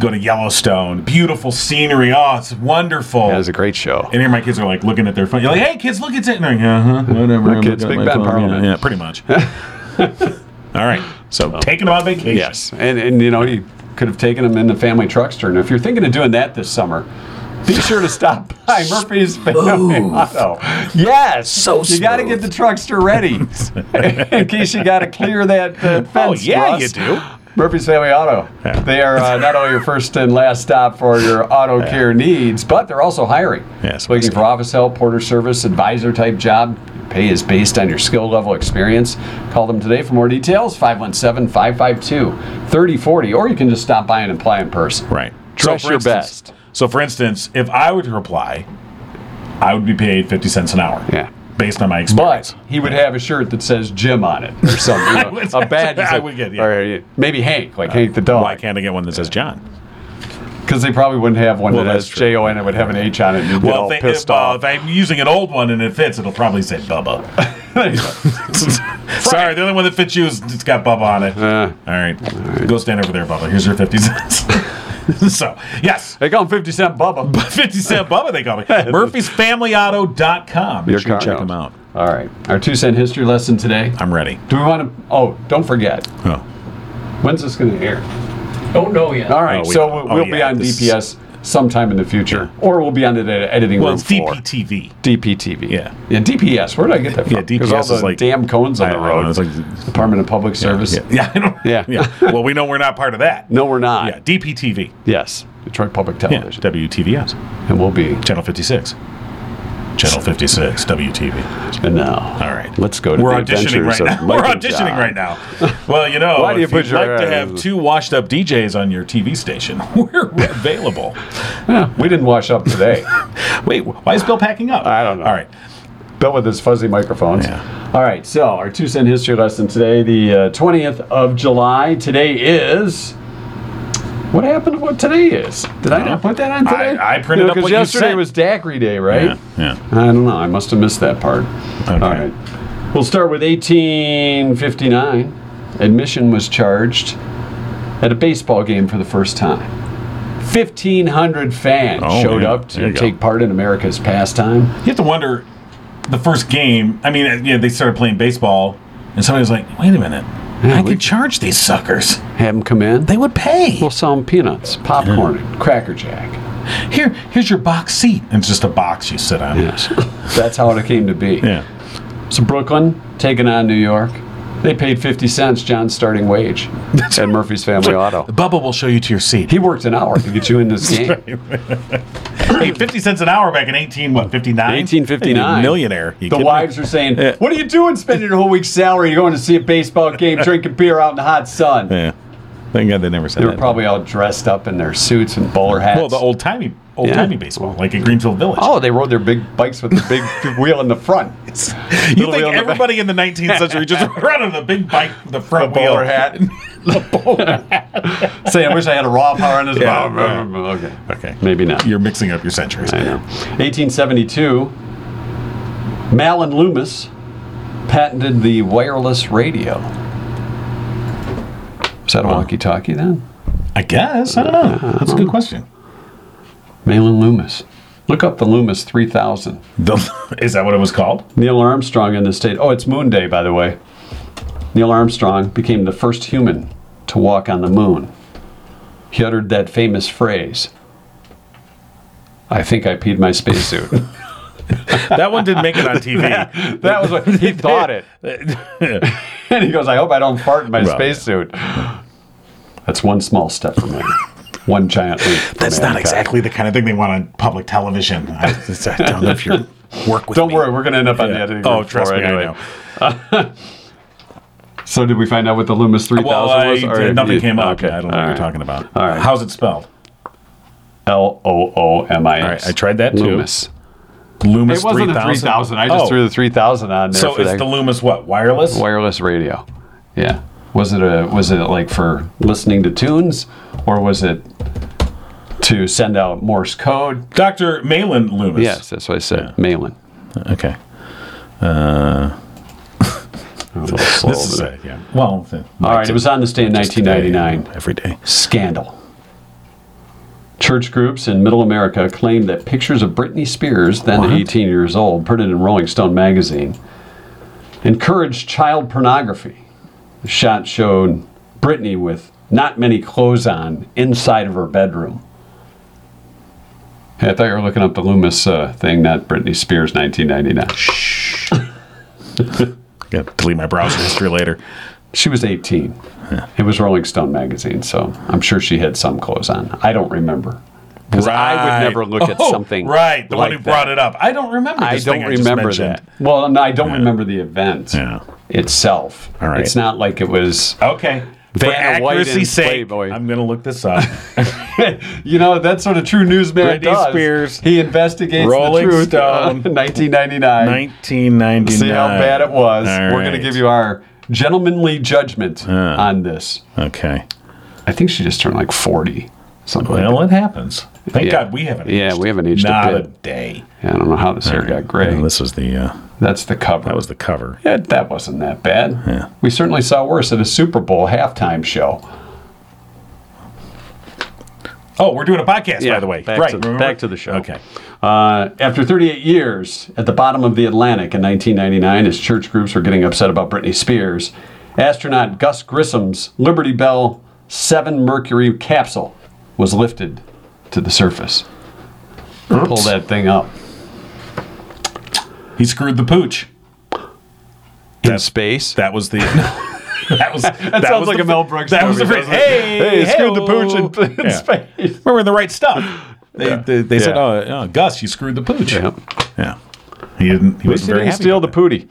[SPEAKER 3] Go to Yellowstone. Beautiful scenery. Oh, it's wonderful.
[SPEAKER 2] That was a great show.
[SPEAKER 3] and here my kids are like looking at their phone. You're like, hey kids, look at it. And they're like, uh huh, whatever. I'm
[SPEAKER 2] kids,
[SPEAKER 3] looking at
[SPEAKER 2] Big
[SPEAKER 3] my
[SPEAKER 2] Bad
[SPEAKER 3] phone."
[SPEAKER 2] Parliament.
[SPEAKER 3] Yeah, yeah, pretty much. All right. So taking them on vacation.
[SPEAKER 2] Yes. And, and, you know, you could have taken them in the family truckster. And if you're thinking of doing that this summer, be sure to stop by Murphy's Family Auto. Yes. So You got to get the truckster ready in case you got to clear that uh, fence.
[SPEAKER 3] Oh yeah,
[SPEAKER 2] Russ.
[SPEAKER 3] you do.
[SPEAKER 2] Murphy's Family Auto.
[SPEAKER 3] Yeah.
[SPEAKER 2] They are uh, not only your first and last stop for your auto care needs, but they're also hiring.
[SPEAKER 3] Yes,
[SPEAKER 2] Looking
[SPEAKER 3] I see.
[SPEAKER 2] for office help, porter service, advisor type job. Pay is based on your skill level experience. Call them today for more details 517 552 3040, or you can just stop by and apply in person.
[SPEAKER 3] Right.
[SPEAKER 2] Dress
[SPEAKER 3] for
[SPEAKER 2] your
[SPEAKER 3] instance-
[SPEAKER 2] best.
[SPEAKER 3] So for instance, if I were to reply, I would be paid fifty cents an hour.
[SPEAKER 2] Yeah.
[SPEAKER 3] Based on my
[SPEAKER 2] But
[SPEAKER 3] experience.
[SPEAKER 2] he would have a shirt that says Jim on it or something. you know,
[SPEAKER 3] would-
[SPEAKER 2] a badge.
[SPEAKER 3] I
[SPEAKER 2] that-
[SPEAKER 3] would get, yeah.
[SPEAKER 2] Or uh, maybe Hank, like Hank the dog.
[SPEAKER 3] why can't I get one that says John?
[SPEAKER 2] Because they probably wouldn't have one
[SPEAKER 3] Well,
[SPEAKER 2] that
[SPEAKER 3] that's
[SPEAKER 2] has
[SPEAKER 3] true.
[SPEAKER 2] J O N. It would have an H on it. And you'd get
[SPEAKER 3] Well,
[SPEAKER 2] all
[SPEAKER 3] if, they,
[SPEAKER 2] pissed
[SPEAKER 3] if, uh,
[SPEAKER 2] off.
[SPEAKER 3] if I'm using an old one and it fits, it'll probably say Bubba. Sorry, the only one that fits you is it's got Bubba on it.
[SPEAKER 2] Uh.
[SPEAKER 3] all, right. go stand over there, Bubba. Here's your fifty cents. so yes,
[SPEAKER 2] They call him 50 Cent Bubba.
[SPEAKER 3] fifty cent Bubba. They call me Murphy'sFamilyAuto.com. You
[SPEAKER 2] Your
[SPEAKER 3] should check
[SPEAKER 2] car
[SPEAKER 3] them
[SPEAKER 2] knows.
[SPEAKER 3] out.
[SPEAKER 2] All right. Our two cent history lesson today.
[SPEAKER 3] I'm ready.
[SPEAKER 2] Do we want to? Oh, don't forget.
[SPEAKER 3] Oh,
[SPEAKER 2] When's this going to air?
[SPEAKER 4] Don't know yet.
[SPEAKER 2] All right.
[SPEAKER 3] Oh, we-
[SPEAKER 2] so we'll,
[SPEAKER 3] oh,
[SPEAKER 2] we'll be
[SPEAKER 3] yeah,
[SPEAKER 2] on
[SPEAKER 3] this-
[SPEAKER 2] DPS sometime in the future, or we'll be on the ed- editing
[SPEAKER 3] well,
[SPEAKER 2] room
[SPEAKER 3] it's
[SPEAKER 2] floor.
[SPEAKER 3] DPTV.
[SPEAKER 2] DPTV.
[SPEAKER 3] Yeah.
[SPEAKER 2] Yeah. DPS. Where did I get that from?
[SPEAKER 3] Yeah,
[SPEAKER 2] 'Cause
[SPEAKER 3] DPS
[SPEAKER 2] all the
[SPEAKER 3] is like-
[SPEAKER 2] damn cones on
[SPEAKER 3] I-
[SPEAKER 2] the
[SPEAKER 3] I don't know,
[SPEAKER 2] road.
[SPEAKER 3] it's like-
[SPEAKER 2] Department of Public Service.
[SPEAKER 3] Yeah, yeah, I don't,
[SPEAKER 2] Yeah.
[SPEAKER 3] Well, we know we're not part of that.
[SPEAKER 2] No, Oh, we're not.
[SPEAKER 3] Yeah, DPTV.
[SPEAKER 2] Yes. Detroit Public
[SPEAKER 3] Yeah,
[SPEAKER 2] Television.
[SPEAKER 3] WTVS.
[SPEAKER 2] And we'll be.
[SPEAKER 3] Channel 56. Channel 56, WTV.
[SPEAKER 2] And now.
[SPEAKER 3] All right.
[SPEAKER 2] Let's go to
[SPEAKER 3] We're
[SPEAKER 2] the
[SPEAKER 3] auditioning
[SPEAKER 2] adventures
[SPEAKER 3] right now.
[SPEAKER 2] of
[SPEAKER 3] We're
[SPEAKER 2] Mike and
[SPEAKER 3] auditioning
[SPEAKER 2] John.
[SPEAKER 3] right now. Well, you know,
[SPEAKER 2] Why do you
[SPEAKER 3] if
[SPEAKER 2] put
[SPEAKER 3] you'd
[SPEAKER 2] your-
[SPEAKER 3] like to have two washed up DJs on your TV station, we're available.
[SPEAKER 2] Yeah, we didn't wash up today.
[SPEAKER 3] Wait, why is Bill packing up?
[SPEAKER 2] I don't know.
[SPEAKER 3] All right.
[SPEAKER 2] Built with his fuzzy microphones. All right, so our two cent history lesson today, the uh, 20th of July. Today is. What happened to what today is? Did I not put that on
[SPEAKER 3] I-
[SPEAKER 2] today?
[SPEAKER 3] I printed up
[SPEAKER 2] 'cause
[SPEAKER 3] what you
[SPEAKER 2] yesterday
[SPEAKER 3] sent.
[SPEAKER 2] was Daiquiri Day, right?
[SPEAKER 3] Yeah, yeah.
[SPEAKER 2] I don't know. I must have missed that part. All right. We'll start with 1859. Admission was charged at a baseball game for the first time. 1,500 fans
[SPEAKER 3] Oh,
[SPEAKER 2] showed
[SPEAKER 3] man.
[SPEAKER 2] up
[SPEAKER 3] There
[SPEAKER 2] to
[SPEAKER 3] you go.
[SPEAKER 2] take part in America's pastime.
[SPEAKER 3] You have to wonder the first game. I mean, uh, yeah, they started playing baseball, and somebody was like, wait a minute. I
[SPEAKER 2] we-
[SPEAKER 3] could charge these suckers.
[SPEAKER 2] Have them come in.
[SPEAKER 3] They would pay.
[SPEAKER 2] We'll sell 'em peanuts, popcorn, and Cracker Jack.
[SPEAKER 3] Here, here's your box seat. It's just a box you sit on.
[SPEAKER 2] Yes. That's how it came to be.
[SPEAKER 3] Yeah.
[SPEAKER 2] So Brooklyn taking on New York. They paid 50 cents John's starting wage at Murphy's Family Auto.
[SPEAKER 3] Bubba will show you to your seat.
[SPEAKER 2] He worked an hour to get you in this game.
[SPEAKER 3] Hey, 50 cents an hour back in 18, what, 59?
[SPEAKER 2] 1859.
[SPEAKER 3] Millionaire. You
[SPEAKER 2] The
[SPEAKER 3] kidding me?
[SPEAKER 2] wives are saying,
[SPEAKER 3] Yeah.
[SPEAKER 2] What are you doing spending your whole week's salary going to see a baseball game, drinking beer out in the hot sun?
[SPEAKER 3] Yeah. Thank God they never said
[SPEAKER 2] They were
[SPEAKER 3] that.
[SPEAKER 2] probably all dressed up in their suits and bowler hats.
[SPEAKER 3] well, the old timey, old timey
[SPEAKER 2] Yeah.
[SPEAKER 3] baseball, like in Greenfield Village.
[SPEAKER 2] oh, they rode their big bikes with the big wheel in the front. wheel
[SPEAKER 3] you
[SPEAKER 2] in
[SPEAKER 3] think
[SPEAKER 2] the back.
[SPEAKER 3] everybody in the 19th century just ran on the big bike, with the front
[SPEAKER 2] The
[SPEAKER 3] wheel
[SPEAKER 2] bowler hat.
[SPEAKER 3] the bowler hat.
[SPEAKER 2] Saying, I wish I had a raw power in his
[SPEAKER 3] Yeah.
[SPEAKER 2] mouth." Okay.
[SPEAKER 3] Okay,
[SPEAKER 2] Maybe not.
[SPEAKER 3] You're mixing up your centuries.
[SPEAKER 2] I know. 1872, Mal and Loomis patented the wireless radio. Is that a walkie-talkie then?
[SPEAKER 3] I guess I don't know. That's a good question.
[SPEAKER 2] Malin Loomis. Look up the Loomis 3000.
[SPEAKER 3] The, is that what it was called?
[SPEAKER 2] Neil Armstrong in the state. Oh, it's Moon Day, by the way. Neil Armstrong became the first human to walk on the moon. He uttered that famous phrase I think I peed my spacesuit.
[SPEAKER 3] That one didn't make it on TV.
[SPEAKER 2] that was what he thought it. and he goes, I hope I don't fart in my
[SPEAKER 3] Right.
[SPEAKER 2] spacesuit. That's one small step for man, one giant leap. for
[SPEAKER 10] That's not
[SPEAKER 2] mankind.
[SPEAKER 10] exactly the kind of thing they want on public television. I, I don't know if you work with.
[SPEAKER 2] Don't
[SPEAKER 10] me.
[SPEAKER 2] worry, we're going to end up on the
[SPEAKER 3] Yeah.
[SPEAKER 2] editing.
[SPEAKER 3] Oh,
[SPEAKER 2] room
[SPEAKER 3] trust
[SPEAKER 2] floor
[SPEAKER 3] me, I
[SPEAKER 2] anyway.
[SPEAKER 3] know.
[SPEAKER 2] So did we find out what the Loomis 3000
[SPEAKER 3] Well,
[SPEAKER 2] was?
[SPEAKER 3] I-
[SPEAKER 2] Or-
[SPEAKER 3] nothing came up.
[SPEAKER 2] Okay,
[SPEAKER 3] I don't know what you're talking about.
[SPEAKER 2] All right.
[SPEAKER 3] How's it spelled?
[SPEAKER 2] L O O M I X.
[SPEAKER 3] All right, I tried that too.
[SPEAKER 2] Loomis.
[SPEAKER 3] Loomis
[SPEAKER 2] It wasn't
[SPEAKER 3] 3000?
[SPEAKER 2] the 3000. I just
[SPEAKER 3] Oh,
[SPEAKER 2] threw the 3000 on there
[SPEAKER 3] So
[SPEAKER 2] for
[SPEAKER 3] it's
[SPEAKER 2] that
[SPEAKER 3] the Loomis what? Wireless?
[SPEAKER 2] wireless radio. Yeah. Was it a was it like for listening to tunes or was it to send out Morse code?
[SPEAKER 3] Dr. Malin Loomis.
[SPEAKER 2] Yes, that's what I said. Mailing.
[SPEAKER 3] Okay. Uh, this is it. Yeah. Well, th-
[SPEAKER 2] All right, it was on this day in
[SPEAKER 10] Just today,
[SPEAKER 2] 1999.
[SPEAKER 3] uh,
[SPEAKER 10] Every day.
[SPEAKER 2] Scandal. Church groups in Middle America claimed that pictures of Britney Spears, then 18 years old, printed in Rolling Stone magazine, encouraged child pornography. The shot showed Britney with not many clothes on inside of her bedroom. Hey, I thought you were looking up the Loomis uh, thing, not Britney Spears 1999.
[SPEAKER 10] Yeah, delete my browser history later.
[SPEAKER 2] She was 18. It was Rolling Stone magazine, so I'm sure she had some clothes on. I don't remember. Because I
[SPEAKER 3] Right.
[SPEAKER 2] would never look at
[SPEAKER 3] Oh,
[SPEAKER 2] something.
[SPEAKER 3] Right, the one
[SPEAKER 2] like
[SPEAKER 3] who brought
[SPEAKER 2] that.
[SPEAKER 3] it up. I don't remember.
[SPEAKER 2] I
[SPEAKER 3] This
[SPEAKER 2] don't
[SPEAKER 3] thing just
[SPEAKER 2] remember
[SPEAKER 3] mentioned.
[SPEAKER 2] that. Well, no, I don't remember the event
[SPEAKER 10] Yeah.
[SPEAKER 2] itself.
[SPEAKER 10] All right.
[SPEAKER 2] It's not like it was.
[SPEAKER 3] Okay. For
[SPEAKER 2] Vanna White in
[SPEAKER 3] accuracy's sake,
[SPEAKER 2] Playboy.
[SPEAKER 3] I'm going to look this up.
[SPEAKER 2] You know, that's what a true newsman
[SPEAKER 3] Britney
[SPEAKER 2] does.
[SPEAKER 3] Spears,
[SPEAKER 2] he investigates
[SPEAKER 3] Rolling
[SPEAKER 2] the truth.
[SPEAKER 3] Stone,
[SPEAKER 2] 1999.
[SPEAKER 3] 1999.
[SPEAKER 2] See how bad it was.
[SPEAKER 10] All
[SPEAKER 2] We're going to
[SPEAKER 10] right.
[SPEAKER 2] give you our gentlemanly judgment on this.
[SPEAKER 10] Okay.
[SPEAKER 2] I think she just turned like 40. Something like
[SPEAKER 3] Well, it happens. Thank
[SPEAKER 2] Yeah.
[SPEAKER 3] God we haven't.
[SPEAKER 2] Yeah,
[SPEAKER 3] aged.
[SPEAKER 2] we haven't aged a
[SPEAKER 3] Not
[SPEAKER 2] bit.
[SPEAKER 3] a day.
[SPEAKER 2] that. I don't know how this hair got gray.
[SPEAKER 10] And this was the uh,
[SPEAKER 2] That's the cover.
[SPEAKER 10] that was the cover.
[SPEAKER 2] Yeah, that wasn't that bad. We certainly saw worse at a Super Bowl halftime show.
[SPEAKER 3] Oh, we're doing a podcast,
[SPEAKER 2] Yeah,
[SPEAKER 3] by the way.
[SPEAKER 2] back
[SPEAKER 3] right.
[SPEAKER 2] to-
[SPEAKER 3] remember?
[SPEAKER 2] back to the show.
[SPEAKER 3] Okay.
[SPEAKER 2] Uh, after 38 years at the bottom of the Atlantic in 1999, as church groups were getting upset about Britney Spears, astronaut Gus Grissom's Liberty Bell 7 Mercury capsule was lifted to the surface. Pull that thing up.
[SPEAKER 3] He screwed the pooch.
[SPEAKER 2] In space?
[SPEAKER 3] That was the. that was. That,
[SPEAKER 2] sounds
[SPEAKER 3] was
[SPEAKER 2] like
[SPEAKER 3] the-
[SPEAKER 2] a Mel Brooks
[SPEAKER 3] That was the
[SPEAKER 2] movie,
[SPEAKER 3] phrase.
[SPEAKER 2] doesn't it?
[SPEAKER 3] Hey,
[SPEAKER 2] Hey, screwed the
[SPEAKER 3] hey-oh."
[SPEAKER 2] pooch in- in
[SPEAKER 3] Yeah.
[SPEAKER 2] space.
[SPEAKER 3] We're in the right stuff. They, they, they said,
[SPEAKER 2] Yeah.
[SPEAKER 3] oh, oh, Gus, you screwed the pooch.
[SPEAKER 2] Yep.
[SPEAKER 10] Yeah.
[SPEAKER 3] He didn't. He wasn't very
[SPEAKER 2] Didn't
[SPEAKER 3] happy.
[SPEAKER 2] steal the pootie.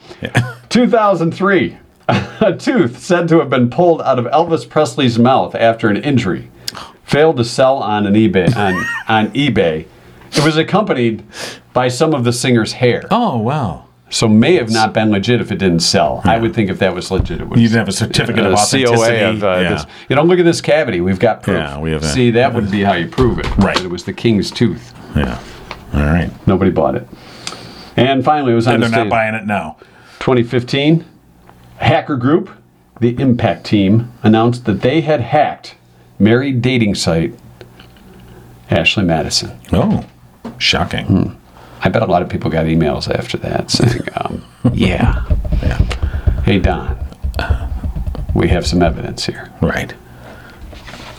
[SPEAKER 2] 2003. A tooth said to have been pulled out of Elvis Presley's mouth after an injury failed to sell on an eBay on, on eBay. It was accompanied by some of the singer's hair.
[SPEAKER 3] Oh wow.
[SPEAKER 2] So may have not been legit if it didn't sell. I would think if that was legit it would
[SPEAKER 3] You didn't have a certificate of
[SPEAKER 2] Uh,
[SPEAKER 3] authenticity.
[SPEAKER 2] COA of uh,
[SPEAKER 3] yeah.
[SPEAKER 2] this. You know, look at this cavity. We've got proof.
[SPEAKER 10] Yeah, we have that.
[SPEAKER 2] See, that would be how you prove it.
[SPEAKER 10] Right.
[SPEAKER 2] That it was the king's tooth.
[SPEAKER 10] Yeah. All right.
[SPEAKER 2] Nobody bought it. And finally, it was on
[SPEAKER 3] And
[SPEAKER 2] the
[SPEAKER 3] they're not
[SPEAKER 2] stage-
[SPEAKER 3] buying it now.
[SPEAKER 2] 2015, hacker group, the Impact Team, announced that they had hacked married dating site Ashley Madison.
[SPEAKER 10] Oh, shocking.
[SPEAKER 3] Hmm.
[SPEAKER 2] I bet a lot of people got emails after that saying, um,
[SPEAKER 10] Yeah.
[SPEAKER 2] "Hey Don, we have some evidence here."
[SPEAKER 10] Right.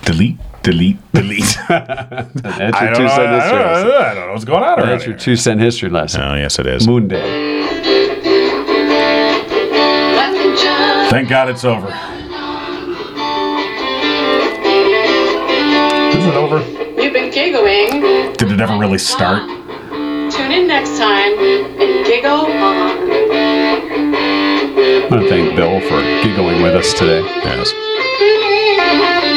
[SPEAKER 10] Delete. Delete. Delete.
[SPEAKER 2] That's
[SPEAKER 10] I don't,
[SPEAKER 2] your
[SPEAKER 10] know,
[SPEAKER 2] two cent
[SPEAKER 10] I,
[SPEAKER 2] history.
[SPEAKER 10] don't know,
[SPEAKER 2] lesson.
[SPEAKER 10] I don't know what's going on around
[SPEAKER 2] That's your
[SPEAKER 10] here.
[SPEAKER 2] two cent history lesson.
[SPEAKER 10] oh yes, it is.
[SPEAKER 2] Moon Day.
[SPEAKER 1] Michael John,
[SPEAKER 3] Thank God it's over.
[SPEAKER 2] Is it over?
[SPEAKER 1] you've been giggling.
[SPEAKER 3] Did it ever really start?
[SPEAKER 1] Tune in next time and giggle on.
[SPEAKER 2] I want to thank Bill for giggling with us today.
[SPEAKER 10] Yes.
[SPEAKER 1] Thank you.